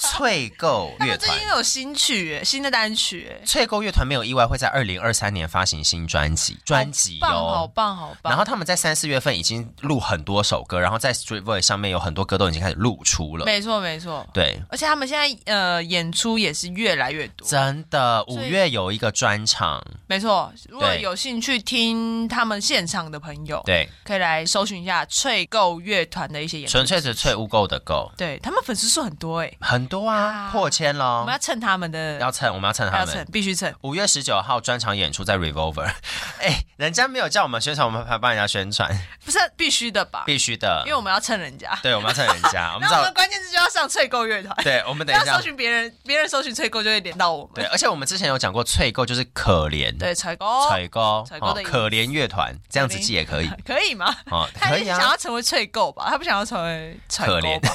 S3: 翠购
S2: 他
S3: 乐
S2: 们最
S3: 团
S2: 近。有新曲耶，新的单曲耶，
S3: 翠购乐团没有意外会在二零二三年发行新专辑，专辑
S2: 棒，好
S3: 哟。
S2: 棒，好棒。
S3: 然后他们在三四月份已经录很多首歌，然后在 Street Voice 上面有很多歌都已经开始露出了。
S2: 没错，没错。
S3: 对，
S2: 而且他们现在呃演出也是越来越多，
S3: 真的，
S2: 所
S3: 五
S2: 以
S3: 月有一个专场，
S2: 没错。如果
S3: 对
S2: 有兴趣听他们现场的朋友，
S3: 对，
S2: 可以来搜寻一下翠购乐团的一些演出。
S3: 纯粹是翠污垢的垢，
S2: 对他们粉丝数很多哎、
S3: 很多啊
S2: 啊，
S3: 破千
S2: 我
S3: 喽
S2: 们要，蹭他们的，
S3: 要蹭，我们要蹭他
S2: 要
S3: 们
S2: 蹭。，必须蹭。
S3: 五月十九号专场演出在 Revolver，哎， 人家没有叫我们宣传，我们还帮人家宣传，
S2: 不是必须的吧？
S3: 必须的
S2: 因为。我们要蹭人家。
S3: 对，我们要蹭人 家，我们
S2: 然
S3: 知
S2: 后我
S3: 道
S2: 们，关键字就要上翠购乐团，
S3: 对，我们 等
S2: 要
S3: 一下
S2: 搜，寻别人，别人搜寻翠购就会连到我
S3: 对，啊
S2: 们。
S3: 而且我们之前有讲过，翠购就是可怜，
S2: 对，采购
S3: 采购
S2: 采购
S3: 哦
S2: 的意思
S3: 可怜乐团这样子记也可以
S2: 可以吗？
S3: 哦，
S2: 他
S3: 可
S2: 也
S3: 以
S2: 想
S3: 啊。
S2: 要成为翠购吧？他不想要成为采
S3: 可
S2: 购
S3: 怜
S2: 吧？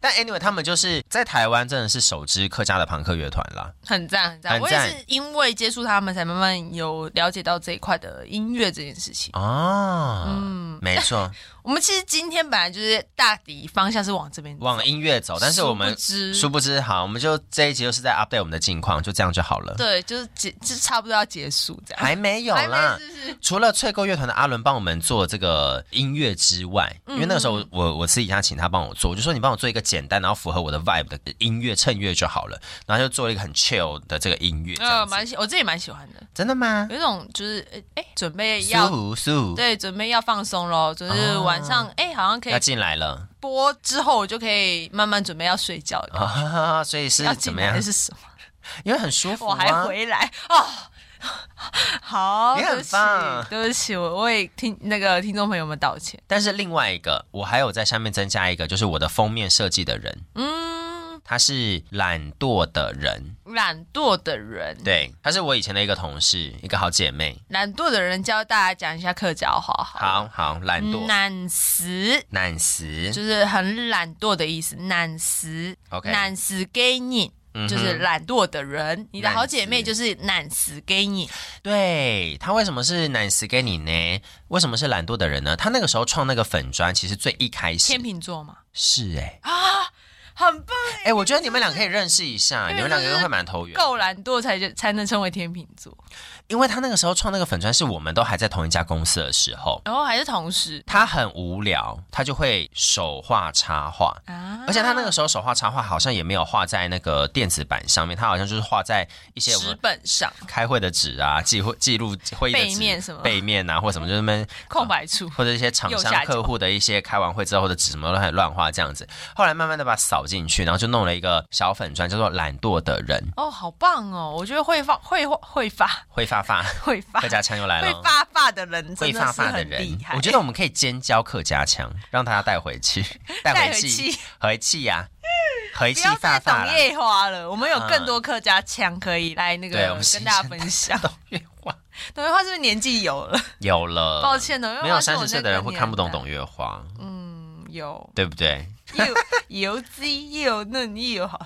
S3: 但 anyway，他们就是在台湾真的是首支客家的朋克乐团啦。
S2: 很赞很赞，
S3: 很
S2: 我
S3: 赞
S2: 也是因为接触他们，才慢慢有了解到这一块的音乐这件事情。
S3: 啊，嗯，没 错，
S2: 我们其实今天本来就是大抵方向是往这边走，
S3: 往音乐走，但是我
S2: 殊
S3: 们
S2: 不知
S3: 殊不知，好，我们就这一集就是在 update 我们的近况，就这样就好了。
S2: 对，就是结，就差不多要结束这样。
S3: 还没有
S2: 还
S3: 啦
S2: 没，是不是
S3: 除了翠购乐团的阿伦帮我们做这个音乐之外，
S2: 嗯
S3: 因为那个时候我我私底下请他帮我做，我就说你帮我做一个简单然后符合我的 vibe 的音乐衬乐就好了，然后就做了一个很 chill 的这个音乐，这
S2: 呃，
S3: 样子。
S2: 蛮喜，我自己蛮喜欢的，
S3: 真的吗？
S2: 有一种就是哎、诶准备要
S3: 苏苏
S2: 对准备要放松咯，就是
S3: 哦
S2: 晚上哎、好像可以
S3: 要进来了
S2: 播之后，我就可以慢慢准备要睡觉了。
S3: 啊，所以是
S2: 要
S3: 怎
S2: 进
S3: 么
S2: 来
S3: 样
S2: 的？是什么？
S3: 因为很舒服、啊，
S2: 我还回来哦。 好，
S3: 你
S2: 对
S3: 很
S2: 不起
S3: 棒
S2: 对不起，我为听那个听众朋友们道歉。
S3: 但是另外一个，我还有在下面增加一个，就是我的封面设计的人，
S2: 嗯，
S3: 他是懒惰的人，
S2: 懒惰的人，
S3: 对，他是我以前的一个同事，一个好姐妹。
S2: 懒惰的人教大家讲一下客家话好了，
S3: 好好，懒惰，
S2: 懒死
S3: 懒死，
S2: 就是很懒惰的意思，懒死
S3: OK
S2: 懒死给你。
S3: 嗯哼
S2: 就是懒惰的人，你的好姐妹
S3: 懒死
S2: 就是懒死给你，
S3: 对他为什么是懒死给你呢？为什么是懒惰的人呢？他那个时候创那个粉砖，其实最一开始
S2: 天啊秤座嘛，
S3: 是哎、
S2: 很棒，
S3: 哎、我觉得你们俩可以认识一下，
S2: 因为
S3: 你们两
S2: 就
S3: 个
S2: 是
S3: 人会蛮投缘，
S2: 够懒惰才就才能称为天秤座，
S3: 因为他那个时候创那个粉砖是我们都还在同一家公司的时候，
S2: 然后还是同时
S3: 他很无聊，他就会手画插画。
S2: 啊，
S3: 而且他那个时候手画插画好像也没有画在那个电子版上面，他好像就是画在一些我
S2: 纸
S3: 们
S2: 本上
S3: 开会的纸啊、记会记录会议的纸
S2: 背面什么
S3: 背面啊，或什么就是那边
S2: 空白处，
S3: 或者一些厂
S2: 右下
S3: 商
S2: 角
S3: 客户的一些开完会之后的纸什么都很乱画这样子。后来慢慢的把它扫进去，然后就弄了一个小粉砖，叫做“懒惰的人
S2: 哦，好棒哦！我觉得会发会会发”，
S3: 会发发，
S2: 会发
S3: 客家腔又来
S2: 会
S3: 了。
S2: 发发的人
S3: 会
S2: 真的
S3: 发
S2: 是
S3: 发的
S2: 很
S3: 人
S2: 厉害，
S3: 我觉得我们可以兼教客家腔，让大家带回去，带
S2: 带
S3: 回
S2: 回
S3: 去，
S2: 去
S3: 回去呀、回
S2: 不
S3: 去
S2: 要
S3: 发
S2: 再
S3: 发
S2: 懂
S3: 啦。
S2: 夜花了，我们有更多客家腔可以来那
S3: 嗯对
S2: 个
S3: 我们
S2: 跟大家分享。
S3: 懂越话
S2: 董月花是不是年纪有了？
S3: 有了，
S2: 抱歉啊董月花
S3: 呃没有
S2: 是
S3: 三
S2: 我
S3: 十岁
S2: 那
S3: 的
S2: 个
S3: 人会看不懂
S2: 年代
S3: 董月花，
S2: 嗯，有
S3: 对不对？
S2: 又有肌又嫩又好。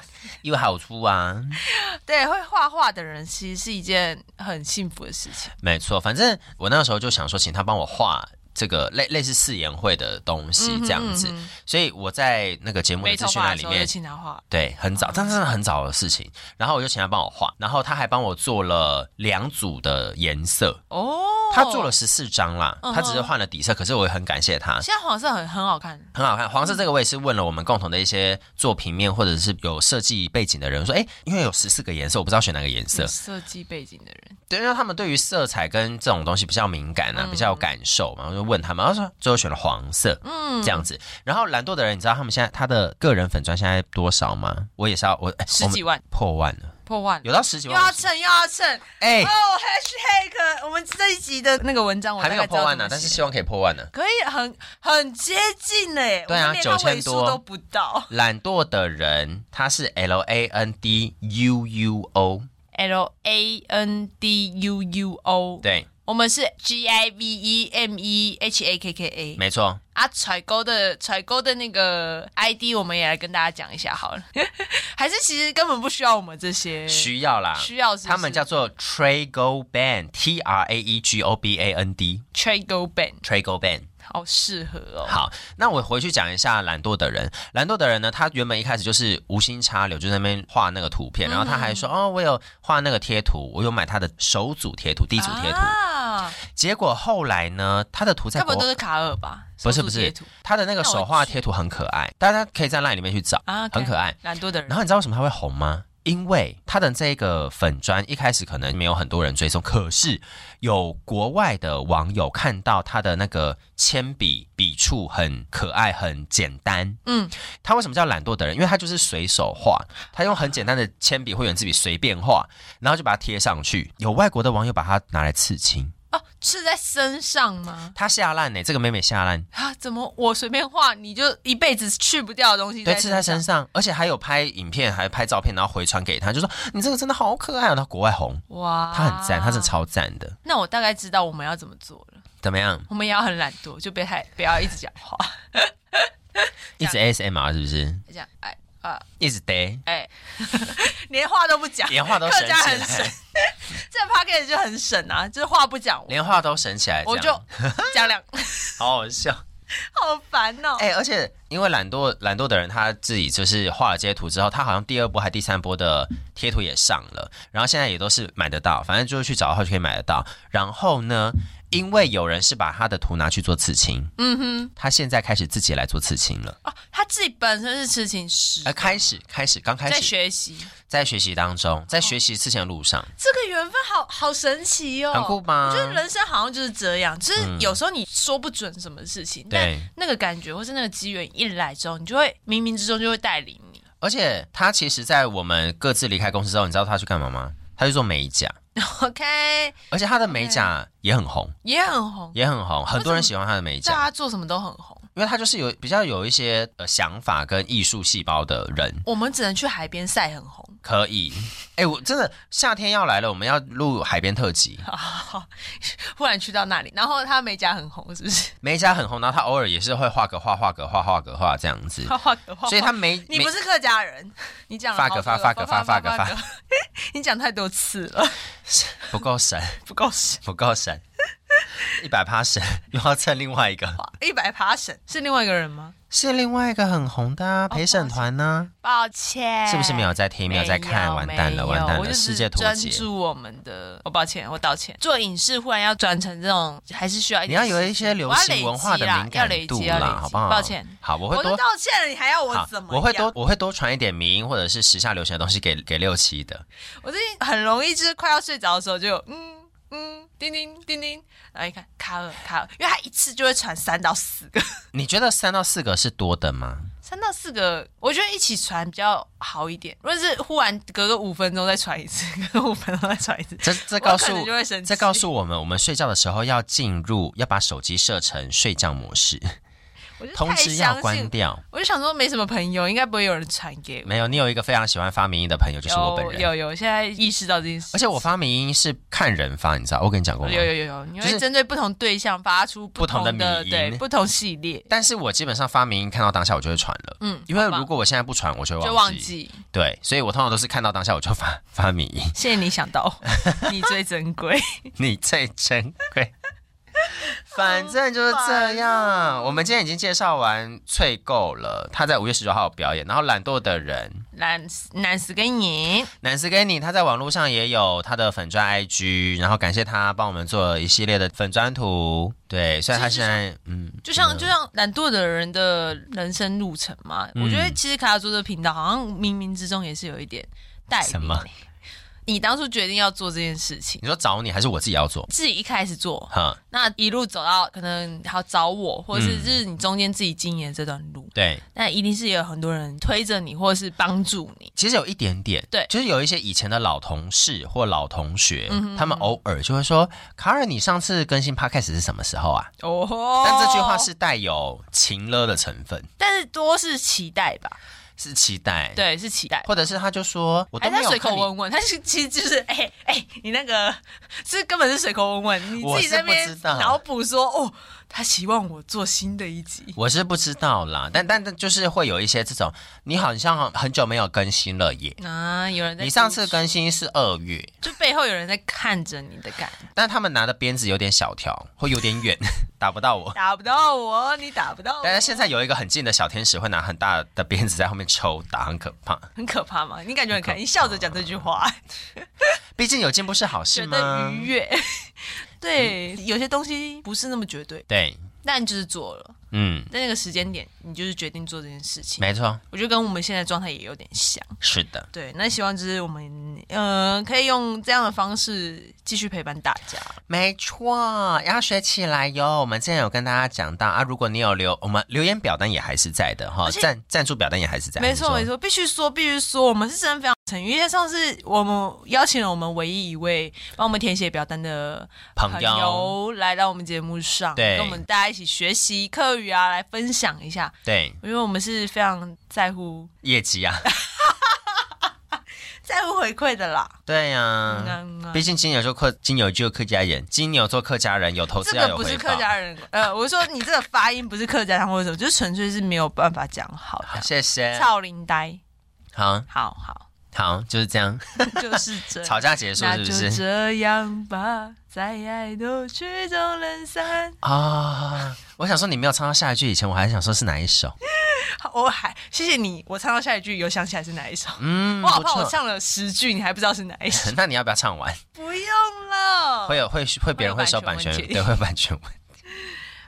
S3: 有好处啊，
S2: 对，会画画的人其实是一件很幸福的事情。
S3: 没错。反正我那个时候就想说，请他帮我画这个类类似誓言会的东西这样
S2: 嗯
S3: 子，
S2: 哼嗯哼
S3: 所以我在那个节目的
S2: 没
S3: 资
S2: 头
S3: 讯
S2: 发的
S3: 栏里
S2: 时候
S3: 面
S2: 就，请他画，
S3: 对，很早，但真的很早的事情。然后我就请他帮我画，然后他还帮我做了两组的颜色，
S2: 哦，
S3: 他做了。十四张啦，
S2: 嗯哼
S3: 他只是换了底色，可是我也很感谢他。
S2: 现在黄色很很好看，
S3: 很好看，黄色这个我也是问了我们共同的一些做平面或者是有设计背景的人说，哎，因为有十四个颜色，我不知道选哪个颜色
S2: 有，设计背景的人，
S3: 对，因为他们对于色彩跟这种东西比较敏感啊，
S2: 嗯
S3: 比较有感受嘛，我就问他们，然后说最后选了黄色，嗯，这样子。然后懒惰的人，你知道他们现在他的个人粉砖现在多少吗？我也是要我哎
S2: 十几
S3: 我们
S2: 万
S3: 破万了，
S2: 破万，
S3: 有到十几
S2: 又
S3: 万
S2: 要
S3: 了，
S2: 蹭又要蹭
S3: 哎
S2: 哦、，h hashtag，我们这一集的那个文章我
S3: 还没有
S2: 大概知道
S3: 破万
S2: 怎
S3: 呢、
S2: 么
S3: 但是
S2: 写
S3: 希望可以破万呢、
S2: 可以很很接近呢、
S3: 对啊
S2: 我们连它
S3: 9000
S2: 尾数
S3: 多
S2: 都不到。
S3: 懒惰的人，他是 L A N D U U O，
S2: L A N D U U O，，
S3: 对，
S2: 我们是 G I V E M E H A K K A。
S3: 没错，
S2: 啊，采购的采购的那个 ID，我们也来跟大家讲一下好了。 还是其实根本不需要我们这些，
S3: 需要啦，
S2: 需要是不是
S3: 他们叫做 Trago Band，T R A E G O B A N D，Trago
S2: Trago Band
S3: Band。
S2: 好适合哦。
S3: 好，那我回去讲一下懒惰的人。懒惰的人呢，他原本一开始就是无心插柳，就在那边画那个图片，然后他还说：“
S2: 嗯
S3: 哦，我有画那个贴图，我有买他的首组贴图、第一组贴图。
S2: 啊，
S3: 结果后来呢，他的图在
S2: 该不会
S3: 国
S2: 都是卡尔吧？
S3: 不是
S2: 手
S3: 不
S2: 足
S3: 是
S2: 截图
S3: 他的那个手画贴图很可爱，大家可以在 LINE 里面去找，
S2: 啊，OK
S3: 很可爱。
S2: 懒惰的人，
S3: 然后你知道为什么他会红吗？因为他的这个粉砖一开始可能没有很多人追踪，可是有国外的网友看到他的那个铅笔笔触很可爱、很简单。
S2: 嗯，
S3: 他为什么叫懒惰的人？因为他就是随手画，他用很简单的铅笔或圆珠笔随便画，然后就把它贴上去。有外国的网友把它拿来刺青，
S2: 哦，是在身上吗？
S3: 他下烂呢、欸这个妹妹下烂，
S2: 啊，怎么我随便画你就一辈子去不掉的东西？
S3: 对，刺在身。上，而且还有拍影片，还拍照片，然后回传给他，就说你这个真的好可爱啊！他国外红，
S2: 哇，
S3: 他很赞，他是。超赞的。
S2: 那我大概知道我们要怎么做了。
S3: 怎么样？
S2: 我们也要很懒惰，就别太不要一直讲 话，
S3: 一直 ASMR 是不是？
S2: 这样哎啊
S3: 一直呆，
S2: 哎，连话都不讲，
S3: 连话都哎
S2: 客
S3: 省
S2: 家很
S3: 起
S2: 省
S3: 来，，
S2: 这 p o c a s t 就很省啊，就是话不讲，
S3: 连话都省起来，
S2: 我
S3: 这
S2: 就
S3: 样
S2: 讲两，
S3: 好好笑。
S2: 好烦哦。
S3: 哎、而且因为懒惰懒惰的人，他自己就是画了这些图之后，他好像第二波还第三波的贴图也上了，然后现在也都是买得到，反正就是去找的话就可以买得到。然后呢，因为有人是把他的图拿去做刺青，
S2: 嗯哼，
S3: 他现在开始自己来做刺青了。
S2: 哦，他自己本身是痴情师
S3: 呃，，开始开始刚开
S2: 在
S3: 始
S2: 学习，
S3: 在学习当中，在学习刺青的路上，
S2: 这个缘分好好神奇哦，
S3: 很酷吧嗯
S2: 我觉得人生好像就是这样，就是有时候你说不准什么事情，但
S3: 对。
S2: 那个感觉或是那个机缘一来之后，你就会冥冥之中就会带领你。
S3: 而且他其实，在我们各自离开公司之后，你知道他去干嘛吗？他去做美甲，
S2: OK，
S3: 而且他的美甲也很红，
S2: 也很红，
S3: 也很红，很多人喜欢他的美
S2: 大
S3: 甲，
S2: 家做什么都很红。
S3: 因为他就是有比较有一些呃想法跟艺术细胞的人。
S2: 我们只能去海边晒很红，
S3: 可以， 哎，我真的夏天要来了，我们要录海边特辑。
S2: 忽然去到那里，然后他美甲很红，是不是？
S3: 美甲很红，然后他偶尔也是会画个画，画个画，画个画这样子，
S2: 画画格画，
S3: 所以他美
S2: 你
S3: 美
S2: 不是客家人，你讲了
S3: 发个
S2: 好
S3: 发
S2: 多
S3: 发
S2: 了
S3: 个发发个发，
S2: 你讲太多次了，
S3: 不够神，
S2: 不够神。
S3: 不够神，一百趴神，又要蹭另外一个，
S2: 一百爬神是另外一个人吗？
S3: 是另外一个很红的、
S2: 哦
S3: 啊、陪审团呢、
S2: 抱歉，
S3: 是不是没有在听，没有在看，完蛋
S2: 没
S3: 了，
S2: 有
S3: 完蛋
S2: 我就
S3: 了，
S2: 是
S3: 世界脱
S2: 专
S3: 节。
S2: 注我们的，我抱歉，我道歉。做影视忽然要转成这种，还是需要一
S3: 你
S2: 点
S3: 要
S2: 时间
S3: 有一些流行文化的敏
S2: 我要
S3: 感
S2: 累积啊
S3: 度
S2: 要累积要
S3: 啦
S2: 累，积
S3: 好不好？
S2: 抱歉，，
S3: 好，我
S2: 我
S3: 会
S2: 都
S3: 多
S2: 道歉了，你还要我
S3: 好
S2: 怎么，样？
S3: 我会多，我会多传一点迷音或者是时下流行的东西给给六七的。
S2: 我最近很容易就是快要睡着的时候就有嗯嗯叮叮叮叮，然后一看卡尔卡尔，因为他一次就会传三到四个，
S3: 你觉得三到四个是多的吗？
S2: 三到四个，我觉得一起传比较好一点。如果是忽然隔个五分钟再传一次， 隔个五分钟再传一次，
S3: 这这
S2: 我
S3: 告
S2: 可
S3: 诉
S2: 能就会生气
S3: 这告诉我们，我们睡觉的时候要进入，要把手机设成睡觉模式，
S2: 我就
S3: 通
S2: 太
S3: 知要
S2: 相
S3: 关
S2: 信。
S3: 掉。
S2: 我就想说没什么朋友，应该不会有人传给我。
S3: 没有，你有一个非常喜欢发迷音的朋友，就是我本
S2: 有
S3: 人。
S2: 有有，现在意识到这件事，
S3: 而且我发迷音是看人发，你知道？我跟你讲过吗？
S2: 有有有有，你
S3: 就是
S2: 会针对不同对象发出
S3: 不同的
S2: 的
S3: 迷因
S2: 对不同系列，
S3: 但是我基本上发明看到当下我就会传了，
S2: 嗯，
S3: 因为
S2: 好吧
S3: 如果我现在不传，我就会
S2: 就
S3: 忘
S2: 忘记。
S3: 对，所以我通常都是看到当下我就发发迷，
S2: 谢谢你想到我，你最珍贵。
S3: 你最珍贵。反正就是这
S2: 烦
S3: 样。我们今天已经介绍完翠购了，他在五月十九号有表演，然后懒惰的人
S2: 难难死跟你，
S3: 南斯跟你，他在网络上也有他的粉砖 IG，然后感谢他帮我们做了一系列的粉砖图。对，虽然他
S2: 其实
S3: 现在嗯，
S2: 就像就像懒惰的人的人生路程嘛。
S3: 嗯
S2: 我觉得其实卡卡做这个频道好像冥冥之中也是有一点带领
S3: 什么？
S2: 你当初决定要做这件事情，
S3: 你说找你还是我自己要做？
S2: 自己一开始做，
S3: 哈，
S2: 那一路走到可能好找我，或者是
S3: 嗯
S2: 就是你中间自己经营的这段路，
S3: 对，
S2: 那一定是也有很多人推着你，或者是帮助你。
S3: 其实有一点点，
S2: 对嗯
S3: 就是有一些以前的老同事或老同学，他们偶尔就会说：“卡尔，你上次更新 podcast 是什么时候啊？”
S2: 哦
S3: 但这句话，是带有情勒的成分，
S2: 但是多是期待吧？
S3: 是期待，，
S2: 对，是期待。
S3: 或者是他就说：“我都
S2: 还
S3: 没
S2: 在
S3: 有
S2: 哎随口
S3: 看你
S2: 问问，他是其实就是哎哎、你那个是根本是随口问问，你
S3: 我
S2: 自己
S3: 是
S2: 在那
S3: 不知
S2: 边
S3: 道
S2: 脑补说哦，他希望我做新的一集，
S3: 我是不知道啦，但但但就是会有一些这种，你好像很久没有更新了耶。
S2: 啊，有人在
S3: 你上次更新是二月，
S2: 就背后有人在看着你的感觉，
S3: 但他们拿的鞭子有点小条，会有点远， 打不到我。
S2: 打不到我，你打不到我，
S3: 但是现在有一个很近的小天使会拿很大的鞭子在后面抽打，很可怕。
S2: 很可怕吗？你感觉很开
S3: 很可怕
S2: 心，你笑着讲这句话，
S3: 毕竟有进步是好事
S2: 觉得
S3: 吗嗯
S2: 愉？悦。 对，有些东西不是那么绝对，
S3: 对，
S2: 但就是做了，
S3: 嗯，
S2: 在那个时间点，你就是决定做这件事情。
S3: 没错，
S2: 我觉得跟我们现在状态也有点像。
S3: 是的。
S2: 对，那希望就是我们呃可以用这样的方式继续陪伴大家。
S3: 没错，要学起来哟。我们之前有跟大家讲到啊，如果你有留，我们留言表单也还是在的哈，
S2: 而且
S3: 赞赞助表单也还是在。
S2: 没错没
S3: 啊错，
S2: 错，必须说必须说，我们是真的非常诚意，因为上次我们邀请了我们唯一一位帮我们填写表单的
S3: 朋友，
S2: 友来到我们节目上，
S3: 哦对
S2: 跟我们大家一起学习课语啊，来分享一下，
S3: 对，
S2: 因为我们是非常在乎
S3: 业绩 啊，
S2: 在乎回馈的啦。
S3: 对呀、
S2: 嗯啊
S3: 毕竟金牛座客，金牛就客家人，金牛座客家人有投
S2: 这
S3: 资要
S2: 个
S3: 有
S2: 不
S3: 回
S2: 是
S3: 报
S2: 客。家人，呃，我说你这个发音不是客家腔或者什么，就是纯粹是没有办法讲好
S3: 好，
S2: 的。
S3: 谢谢。
S2: 操林呆，
S3: 好
S2: 好好，
S3: 好，就是这样，
S2: 就是这
S3: 吵架结束
S2: 那
S3: 是
S2: 就
S3: 不是？
S2: 这样吧，再爱都曲终人散。
S3: 啊，我想说你没有唱到下一句以前，我还想说是哪一首。
S2: 我还谢谢你，我唱到下一句有想起来是哪一首。
S3: 嗯，
S2: 我好
S3: 不
S2: 怕我
S3: 错。
S2: 唱了十句，你还不知道是哪一首。
S3: 那你要不要唱完？
S2: 不用了。
S3: 会有会会别人会收版
S2: 哦版权
S3: 权
S2: 问，题
S3: 对，会有版权 问题。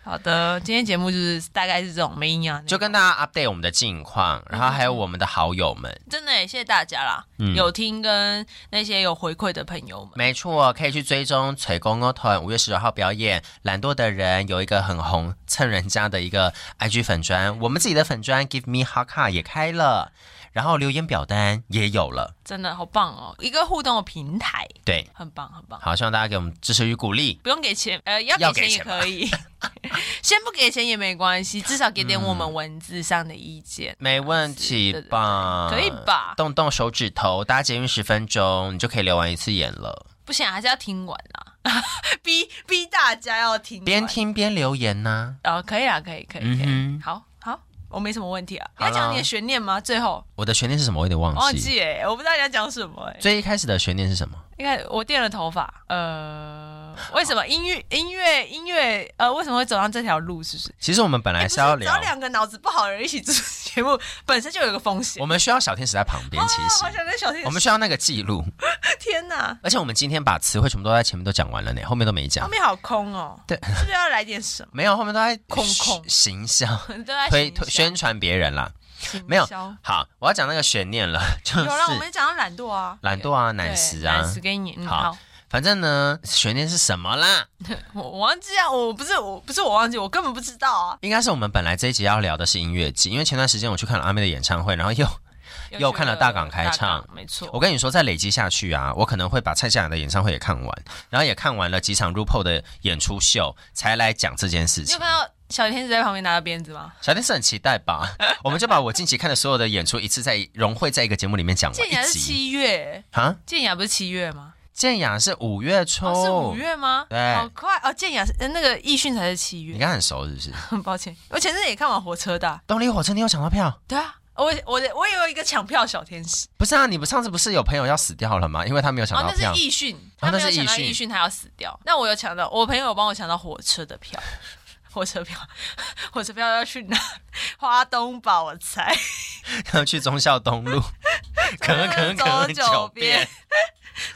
S2: 好的，今天节目就是大概是这种没啊营养的内容，
S3: 就跟大家 update 我们的近
S2: 嗯
S3: 况，然后还有我们的好友们。
S2: 真的耶谢谢大家啦，
S3: 嗯
S2: 有听跟那些有回馈的朋友们，
S3: 没错，可以去追踪崔公公团五月十九号表演《懒惰的人》，有一个很红蹭人家的一个 IG 粉砖，我们自己的粉砖 Give Me h a k a 也开了，然后留言表单也有了。
S2: 真的好棒哦，一个互动的平台，
S3: 对，
S2: 很棒很棒。
S3: 好，希望大家给我们支持与鼓励。
S2: 不用给钱，呃，要
S3: 要
S2: 给
S3: 给
S2: 钱也
S3: 钱吧
S2: 可以， 先不给钱也没关 系，至少给点我们文字上的意见。
S3: 没问题吧？
S2: 是对对可以吧
S3: 动动手指头，搭捷运十分钟，你就可以留完一次言了。
S2: 不行，还是要听完啦， 逼逼大家要听完。
S3: 边听边留言呐、
S2: 啊、可以啦，可以，可以，可以。
S3: 嗯哼，
S2: 好好，我没什么问题啊。你
S3: 好
S2: 要
S3: 啦
S2: 讲你的悬念吗？最后
S3: 我的悬念是什么？我有点忘记。
S2: 忘记哎、我不知道你要讲什么哎、
S3: 最一开始的悬念是什么？
S2: 你看我垫了头发，呃，为什么音乐音乐音乐呃为什么会走上这条路？是不是？
S3: 其实我们本来
S2: 哎不
S3: 哎是
S2: 是
S3: 要
S2: 只
S3: 聊，
S2: 要两个脑子不好的人一起做节目，本身就有一个风险。
S3: 我们需要小天使在旁边。其
S2: 哦好
S3: 实
S2: 想跟小天
S3: 我们需要那个记录，
S2: 天哪，
S3: 而且我们今天把词汇全部都在前面都讲完了呢，后面都没
S2: 后
S3: 讲。
S2: 面好空哦，
S3: 对
S2: 是不是要来点什么？
S3: 没有，后面都在
S2: 空
S3: 嘘
S2: 空
S3: 行销
S2: 都在
S3: 推
S2: 行销
S3: 推宣传别人啦。
S2: 行
S3: 没有
S2: 销
S3: 好，我要讲那个悬念了， 就
S2: 有啦，我
S3: 是
S2: 们讲到懒惰啊，
S3: 懒惰啊、
S2: 对
S3: 难食
S2: 懒
S3: 啊
S2: 死。给你，嗯
S3: 好
S2: 好，
S3: 反正呢，悬念是什么啦？
S2: 我我忘记啊，我不是我不是我忘记，我根本不知道啊，
S3: 应该是我们本来这一集要聊的是音乐季，因为前段时间我去看了阿妹的演唱会，然后又又看了大港开唱
S2: 大港，没错，
S3: 我跟你说，再累积下去啊，我可能会把蔡健雅的演唱会也看完，然后也看完了几场 RuPaul 的演出秀，才来讲这件事
S2: 你有
S3: 情。
S2: 看到小天使在旁边拿着鞭子吗？
S3: 小天是很期待吧？我们就把我近期看的所有的演出一次在融汇在一个节目里面讲
S2: 健
S3: 完
S2: 雅
S3: 一
S2: 是
S3: 集
S2: 七月，
S3: 啊。
S2: 健雅不是七月吗？
S3: 健雅是五月初，
S2: 哦，是五月吗？
S3: 对
S2: 好快哦，健雅是呃那个艺训才是七
S3: 你
S2: 月，
S3: 刚很熟是不是？
S2: 很抱歉，我前阵子也看完火车的啊，
S3: 动力火车，你有抢到票？
S2: 对啊，我我的我也有一个抢票小天使
S3: 不是啊，你不上次不是有朋友要死掉了吗？因为他没有抢
S2: 哦，
S3: 到
S2: 那
S3: 票
S2: 是。易迅，
S3: 哦
S2: 他没
S3: 那
S2: 有
S3: 是
S2: 抢到
S3: 易迅
S2: 易迅，他要死掉。那我有抢到，我朋友有帮我抢到火车的票， 火车票， 火车票要去哪？花东吧，我猜。
S3: 要去忠孝东 路， 可能可能可
S2: 走
S3: 能
S2: 九
S3: 九
S2: 遍
S3: 遍。。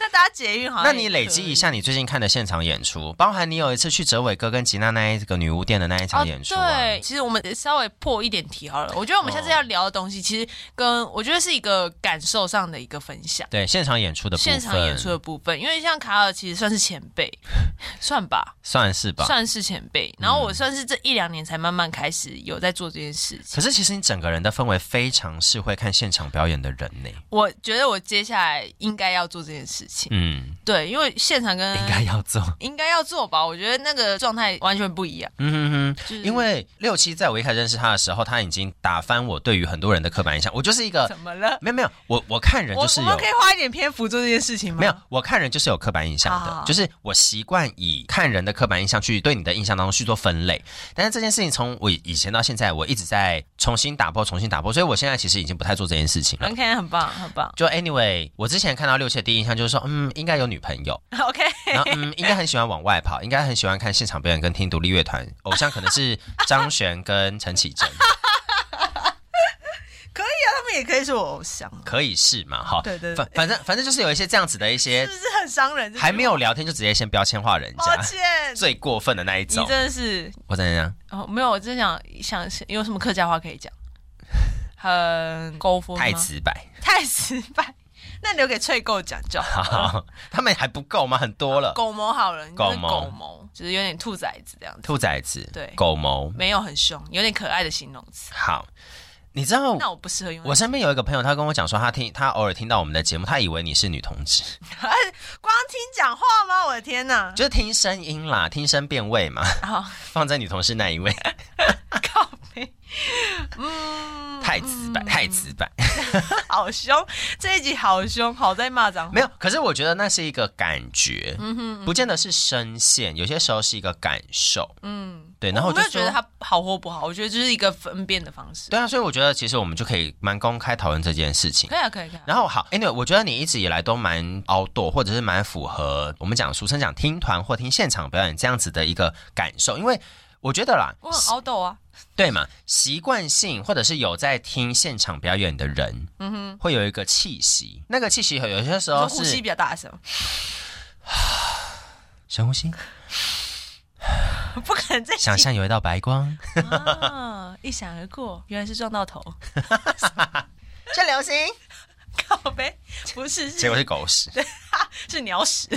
S2: 那搭捷运好
S3: 那
S2: 像也可以，
S3: 你累积一下你最近看的现场演出，包含你有一次去哲伟哥跟吉娜那一个女巫店的那一场演出、啊哦
S2: 哦。对，其实我们稍微破一点题好了。我觉得我们下次要聊的东西，其实跟我觉得是一个感受上的一个分享。
S3: 对现场演出的部分，
S2: 现场演出的部分，因为像卡尔其实算是前辈， 算吧，
S3: 算是吧。
S2: 算是前辈。然后我算是这一两年才慢慢开始有在做这件事情。
S3: 可是其实你整个人的氛围非常是会看现场表演的人呢。
S2: 我觉得我接下来应该要做这件事情，
S3: 嗯，
S2: 对，因为现场跟
S3: 应该要做。
S2: 应该要做吧，我觉得那个状态完全不一样。
S3: 嗯哼
S2: 就是
S3: 哼，因为六七在我一开始认识他的时候，他已经打翻我对于很多人的刻板印象。我就是一个
S2: 怎么了？
S3: 没有没有，我我看人
S2: 我
S3: 就是
S2: 嗯我
S3: 有
S2: 们可以花一点篇幅做这件事情吗？啊
S3: 没有，我看人就是有刻板印象
S2: 好好
S3: 的
S2: 好，
S3: 就是我习惯以看人的刻板印象去对你的印象当中去做分类。但是这件事情从我以以前到现在，我一直在重新打破，重新打破，所以我现在其实已经不太做这件事情了。
S2: ，OK，很棒，很棒
S3: 就 anyway，我之前看到六七的第一印象就是说，嗯，应该有女朋 友，
S2: ，OK。
S3: 然后嗯，应该很喜欢往外跑，应该很喜欢看现场表演跟听独立乐团，偶像可能是张悬跟陈绮 贞，
S2: 他们也可以是我偶 像，
S3: 可以是嘛？哈，
S2: 对对对
S3: 反反正反正就是有一些这样子的一
S2: 是
S3: 些
S2: 不，是很伤人？
S3: 还没有聊天就直接先标签化人
S2: 抱
S3: 家，
S2: 歉，
S3: 最过分的那一
S2: 你
S3: 种
S2: 真。的是
S3: 我怎样？
S2: 哦，没有，我真想想有什么客家话可以讲，很高分吗
S3: 太 直白。
S2: 太直白，那留给翠狗讲就 好。
S3: 好，他们还不够吗？很多了。
S2: 狗毛好了，你就是
S3: 狗毛
S2: 狗毛，就是有点兔崽子这样子，
S3: 兔崽子，
S2: 对
S3: 狗毛。
S2: 没有很凶，有点可爱的形容词。
S3: 好，你知道
S2: 那我不适合用那个，
S3: 哦我身边有一个朋友，他跟我讲说，他听他偶尔听到我们的节目，他以为你是女同志，
S2: 嗯光听讲话吗？我的天 哪！
S3: 就是听声音啦，听声辨位嘛，
S2: 好，
S3: 放在女同事那一位，
S2: 靠背，嗯，
S3: 太直白，太直白。
S2: 好凶，这一集好凶，好在骂脏话。
S3: 没有，可是我觉得那是一个感觉，
S2: 嗯
S3: 不见得是声线，有些时候是一个感受。嗯，对，然后
S2: 我
S3: 我就
S2: 没有觉
S3: 说
S2: 得它好或不好，我觉得就是一个分辨的方式。
S3: 对啊，所以我觉得其实我们就可以蛮公开讨论这件事情。
S2: 可以啊，可以，可以啊。
S3: 然后好，Anyway，我觉得你一直以来都蛮 outdoor，或者是蛮符合我们讲俗称讲听团或听现场表演这样子的一个感受，因为我觉得啦，
S2: 我很凹斗啊，
S3: 对嘛，习惯性或者是有在听现场表演的人，嗯哼，会有一个气息，那个气息有些时
S2: 我
S3: 候
S2: 呼吸
S3: 啊是
S2: 比较大声，
S3: 深呼吸，
S2: 不可能再
S3: 想象有一道白 光，
S2: 啊，一闪而过，原来是撞到头，
S3: 这流行，
S2: 靠呗，不是，
S3: 结
S2: 是
S3: 果是狗屎，
S2: 是鸟屎，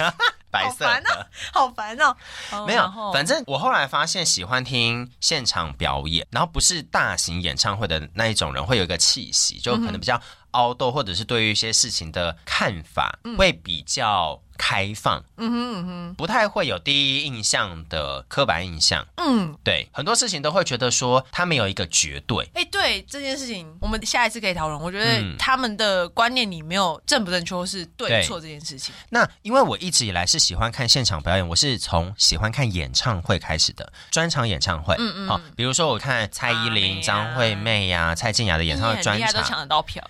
S3: 白色
S2: 好烦啊
S3: 的。
S2: 好烦哦。哦
S3: 没
S2: 然
S3: 有，
S2: 后
S3: 反正我后来发现喜欢听现场表演，然后不是大型演唱会的那一种人，会有一个气息，就可能比较凹斗，或者是对于一些事情的看法会比较开放，嗯哼嗯哼，不太会有第一印象的刻板印象。
S2: 嗯，
S3: 对，很多事情都会觉得说他没有一个绝对，
S2: 哎，对这件事情，我们下一次可以讨论。我觉得
S3: 嗯
S2: 他们的观念里没有正不正确或是对
S3: 对
S2: 错这件事情。
S3: 那因为我一直以来是喜欢看现场表演，我是从喜欢看演唱会开始的，专场演唱会。嗯嗯。好、比如说我看蔡依林、
S2: 阿妹啊
S3: 张惠妹呀、蔡健雅的演唱会
S2: 你很
S3: 专
S2: 厉害，都
S3: 场，
S2: 抢得到票。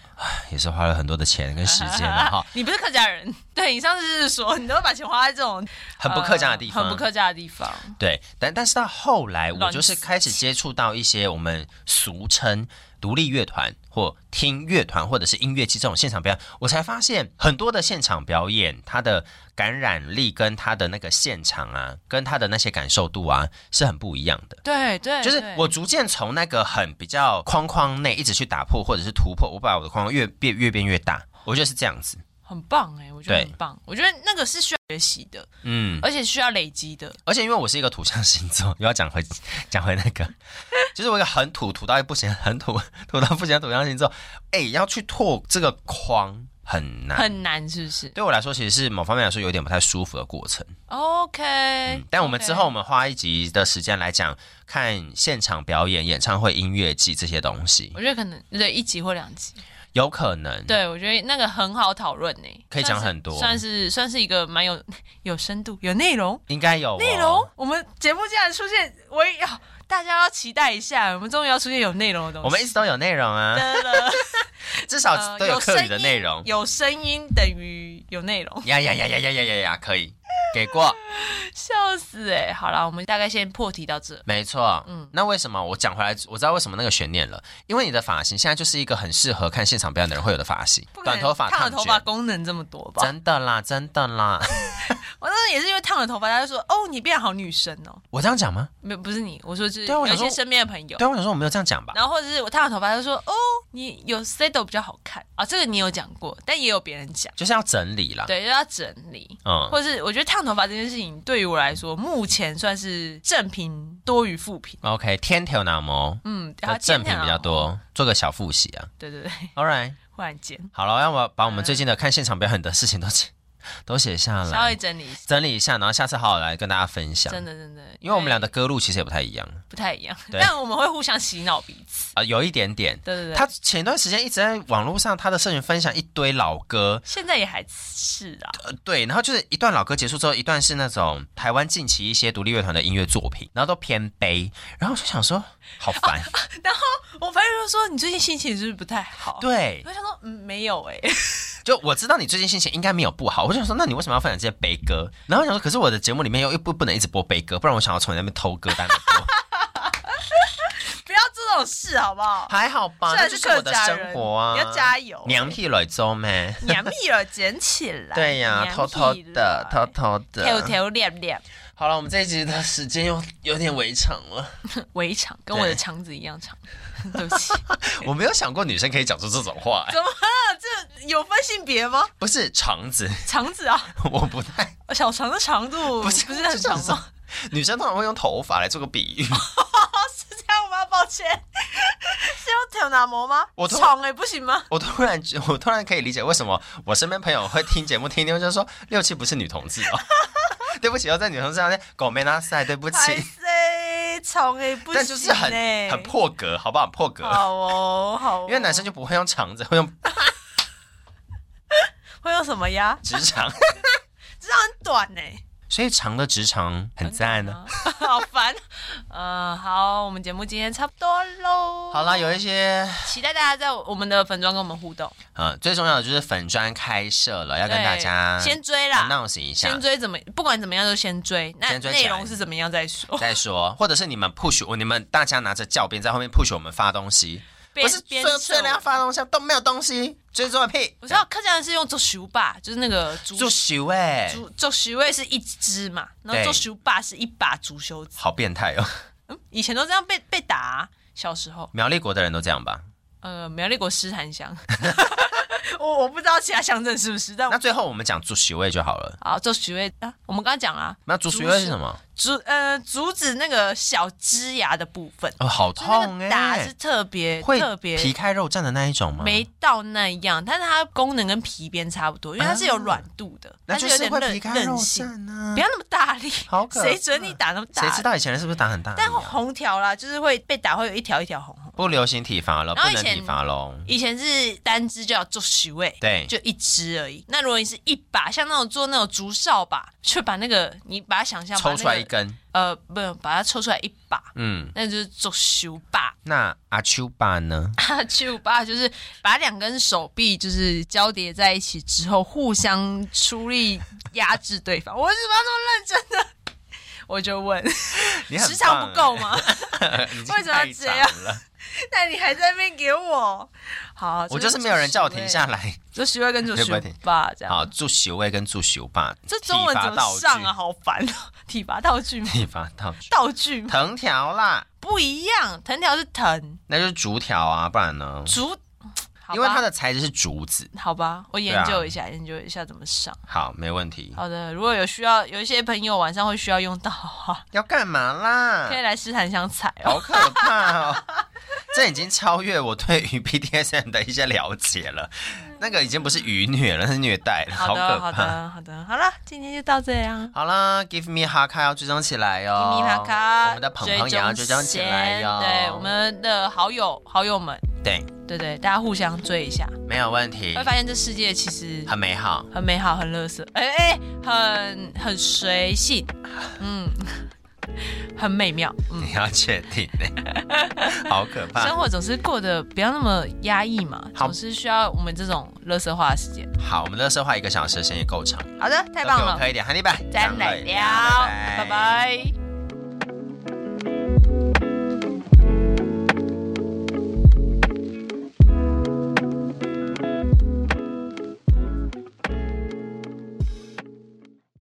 S3: 也是花了很多的钱跟时间了哈
S2: ，你不是客家人，对你上次是说你都会把钱花在这种
S3: 很不客家的地方，
S2: 呃很不客家的地方。
S3: 对，但但是到后来，
S2: 乱
S3: 我就是
S2: 死
S3: 开始接触到一些我们俗称独立乐团或听乐团或者是音乐季这种现场表演，我才发现很多的现场表演，它的感染力跟它的那个现场啊，跟它的那些感受度啊，是很不一样的。
S2: 对对，
S3: 就是
S2: 对
S3: 我逐渐从那个很比较框框内一直去打破或者是突破，我把我的框框越变越变越大，我觉得是这样子。
S2: 很棒哎、我觉得
S3: 对
S2: 很棒。我觉得那个是需要学习的，
S3: 嗯，
S2: 而且需要累积的。
S3: 而且因为我是一个土象星座， 又要讲回讲回那个， 就是我一个很土土到不行，很土土到不行的土象星座，哎、要去拓这个框很难。
S2: 很难，是不是
S3: 对我来说，其实是某方面来说有点不太舒服的过程。
S2: ？OK，、
S3: 嗯，但我们
S2: OK
S3: 之后我们花一集的时间来讲看现场表演、演唱会、音乐季这些东西。
S2: 我觉得可能对一集或两集，
S3: 有可能，，
S2: 对，我觉得那个很好讨论呢，
S3: 可以讲很多
S2: 算是算是一个蛮有 有深度、有内容、
S3: 应该有哦
S2: 内容。我们节目竟然出现，我也要大家要期待一下，我们终于要出现有内容的东西。
S3: 我们一直都有内容啊，
S2: 得 了
S3: 至
S2: 呃
S3: 少都有课
S2: 声
S3: 语的
S2: 音
S3: 内容。
S2: 有声音等于有内容，
S3: 呀呀呀呀呀呀呀呀，可以给过，
S2: 笑死哎、好啦，我们大概先破题到这。
S3: 没错。嗯，那为什么我讲回来，我知道为什么那个悬念了，因为你的发型现在就是一个很适合看现场表演的人会有的发型
S2: 不，可能
S3: 短头发、
S2: 烫
S3: 烫
S2: 了头发
S3: 卷，
S2: 功能这么多吧？
S3: 真的啦，真 的啦。
S2: 我当时也是因为烫了头发，大家就说哦，你变好女生哦。
S3: 我这样讲吗？
S2: 没有，不是你，我说就是
S3: 对啊我
S2: 有
S3: 想
S2: 一些
S3: 说
S2: 身边的朋友，
S3: 对啊，我想说我没有这样讲吧。
S2: 然后或者是我烫了头发，他就说哦，你有 settle 比较好看啊，这个你有讲过，但也有别人讲，
S3: 就是要整理啦。，
S2: 对，就要整理。
S3: 嗯，
S2: 或是我觉得烫头发这件事情对于我来说，目前算是正品多于负评。
S3: OK，天条拿毛，
S2: 嗯，然
S3: 那
S2: 后
S3: 呃正
S2: 今天
S3: 品
S2: 啊
S3: 比较。多，做个小复习啊。
S2: 对对对，
S3: All right，
S2: 忽然间
S3: 好了，要我把我们最近的看现场表演的事情都写 都写下
S2: 稍
S3: 来
S2: 微，整理一下，
S3: 整理一下，然后下次好好来跟大家分享。
S2: 真的真的，哎
S3: 因为我们俩的歌路其实也不太一样啊、
S2: 不太一样，
S3: 对
S2: 但我们会互相洗脑彼此。
S3: 有一点点。
S2: 对对对，
S3: 他前段时间一直在网络上他的社群分享一堆老歌，
S2: 现在也还是啊，
S3: 呃，对，然后就是一段老歌结束之后，一段是那种台湾近期一些独立乐团的音乐作品，然后都偏悲，然后我就想说好 烦，
S2: 我朋友就说你最近心情是不是不太好？，
S3: 对，
S2: 我想说嗯没有哎、
S3: 就我知道你最近心情应该没有不好，我就想说，那你为什么要分享这些悲歌？然后我想说，可是我的节目里面又又不不能一直播悲歌，不然我想要从你那边偷歌单来 播，
S2: 不要做这种事好不 好？
S3: 还好吧？
S2: 虽
S3: 那
S2: 然
S3: 就是是
S2: 客
S3: 我的
S2: 家
S3: 生
S2: 人，
S3: 活啊，
S2: 你要加油，
S3: 娘屁磊州咩？
S2: 娘屁了，捡起来，
S3: 对呀、
S2: 娘屁
S3: 偷
S2: 了
S3: 偷的，偷偷
S2: 偷
S3: 的。
S2: 偷练练，
S3: 好了，我们这一集的时间又有点围长了。
S2: 围场跟
S3: 对
S2: 我的肠子一样 长，对不起，
S3: 我没有想过女生可以讲出这种话、哎
S2: 怎么了？这有分性别吗？
S3: 不是肠子，
S2: 肠子啊，
S3: 我不太。
S2: 小肠的长度
S3: 不
S2: 不
S3: 是
S2: 是很长
S3: 这
S2: 吗？哦
S3: 女生通常会用头发来做个比喻。
S2: 是这样吗？抱歉，是要挑哪膜吗？
S3: 我突然
S2: 长哎、不行吗？
S3: 我突然，我突然可以理解为什么我身边朋友会听节目听一听就说六七不是女同志哦。 对不起，哦要在女同志上面狗没拉塞，对不起。
S2: 还哎塞长哎、不行、欸，
S3: 但就是很很破格，好不好？很破格，
S2: 好哦，好哦，
S3: 因为男生就不会用肠子，会用
S2: 会用什么呀？
S3: 直肠，
S2: 这样很短欸呢、
S3: 所以长的直肠很赞呢、
S2: 啊， 好烦。嗯、好，我们节目今天差不多喽。
S3: 好啦，有一些
S2: 期待大家在我们的粉砖跟我们互动。
S3: 呃，最重要的就是粉砖开设了，要跟
S2: 对
S3: 大家
S2: 先追啦，
S3: announce 一下
S2: 先。追怎么，不管怎么样都先追。那
S3: 先追起
S2: 内
S3: 来
S2: 容是怎么样再说，
S3: 再说，或者是你们 push 哦我，你们大家拿着教鞭在后面 push 我们发东西，
S2: 边
S3: 不是
S2: 边
S3: 说
S2: 扯
S3: 这要发东西都没有东西，追做屁。
S2: 我知道客家人是用做熟吧，就是那个竹
S3: 做秀哎，
S2: 竹做熟味是一支嘛，然后
S3: 对
S2: 做熟把是一把竹修子。
S3: 好变态哦！
S2: 以前都这样被被打啊、小时候。
S3: 苗栗国的人都这样吧？
S2: 呃，苗栗国诗坛乡， 我我不知道其他乡镇是不是，但我
S3: 那最后我们讲做秀哎就好了。
S2: 好做熟味啊，我们刚刚讲了啊。
S3: 那做秀哎是什么？
S2: 阻呃阻止那个小枝芽的部分，
S3: 哦，好
S2: 就是那
S3: 痛
S2: 个打是
S3: 哎，
S2: 特别
S3: 会
S2: 特别
S3: 皮开肉绽的那一种吗？
S2: 没，到那样，但是它功能跟皮鞭差不多，因为它是有软度的，
S3: 啊那
S2: 但
S3: 就
S2: 有
S3: 是
S2: 点
S3: 会皮
S2: 韧
S3: 开肉
S2: 韧性，
S3: 绽呢
S2: 不。要那么大力，
S3: 好可怕
S2: 谁准你打那么大
S3: 谁
S2: 力？
S3: 知道以前人是不是打很大力
S2: 但
S3: 啊？
S2: 红条啦，就是会被打，会有一条一条红红。
S3: 不流行体罚
S2: 然
S3: 了，不
S2: 后
S3: 能
S2: 以前
S3: 体罚喽。
S2: 以前是单只就要做十位，
S3: 对
S2: 就一只而已。那如果你是一把，像那种做那种竹扫把，就把那个你把它想象把
S3: 抽出来一
S2: 那个，
S3: 根，
S2: 呃，不，把它抽出来一把，
S3: 嗯，
S2: 那就是做修 把。
S3: 那阿丘爸呢？
S2: 他去舞吧，就是把两根手臂就是交叠在一起之后，互相出力压制对方。我为什么要那么认真呢？我就问，
S3: 你很欸
S2: 时长不够吗？
S3: 棒欸，已经
S2: 为什么要
S3: 太
S2: 这样
S3: 长了？
S2: 那你还在那边给我？好，
S3: 我就是没有人叫我停下来。啊
S2: 这是徐慧，这是徐慧跟左
S3: 对不会
S2: 学
S3: 停
S2: 吧，这样。
S3: 好，祝许巍跟祝许 爸，
S2: 这中文
S3: 体罚
S2: 怎么上啊？
S3: 道
S2: 好烦哦！体罚道具吗
S3: 具？？体罚道具，
S2: 道具吗
S3: 藤条啦，
S2: 不一样，藤条是藤，
S3: 那就是竹条啊，不然呢？
S2: 竹，好吧
S3: 因为它的材质是竹子。
S2: 好吧，我研
S3: 对啊
S2: 究一下，研究一下怎么上。
S3: 好，没问题。
S2: 好的，如果有需要，有一些朋友晚上会需要用到的话，
S3: 要干嘛啦
S2: 可？以来试探香踩哦。
S3: 嗯好可怕哦！ 这已经超越我对于 BDSM 的一些了解了，那个已经不是愚虐了，那是虐待了，
S2: 好
S3: 可
S2: 的，好
S3: 怕。
S2: 的，好的，好了，今天就到这样。
S3: 好啦 g i v e me 哈卡要追踪起来哦哟、
S2: 吉米哈卡，
S3: 我们的鹏鹏也要追踪起来哟、哦
S2: 追踪先对我们的好友好友们，
S3: 对，
S2: 对对，大家互相追一下，
S3: 没有问题
S2: 会，发现这世界其实
S3: 很美好。
S2: 很美好，很乐色，哎哎，很很随性，嗯， 很美妙，嗯，
S3: 你要确定 呢，好可
S2: 生
S3: 怕。
S2: 活总是过得不要那么压抑嘛，
S3: 啊好
S2: 总是需要我们这种乐色化的时间。
S3: 好，我们的社话一个小时，时间也够长，
S2: 好的，太棒
S3: 都给我
S2: 了，
S3: 喝一点，哈尼拜，
S2: 再来聊，
S3: 拜
S2: 拜拜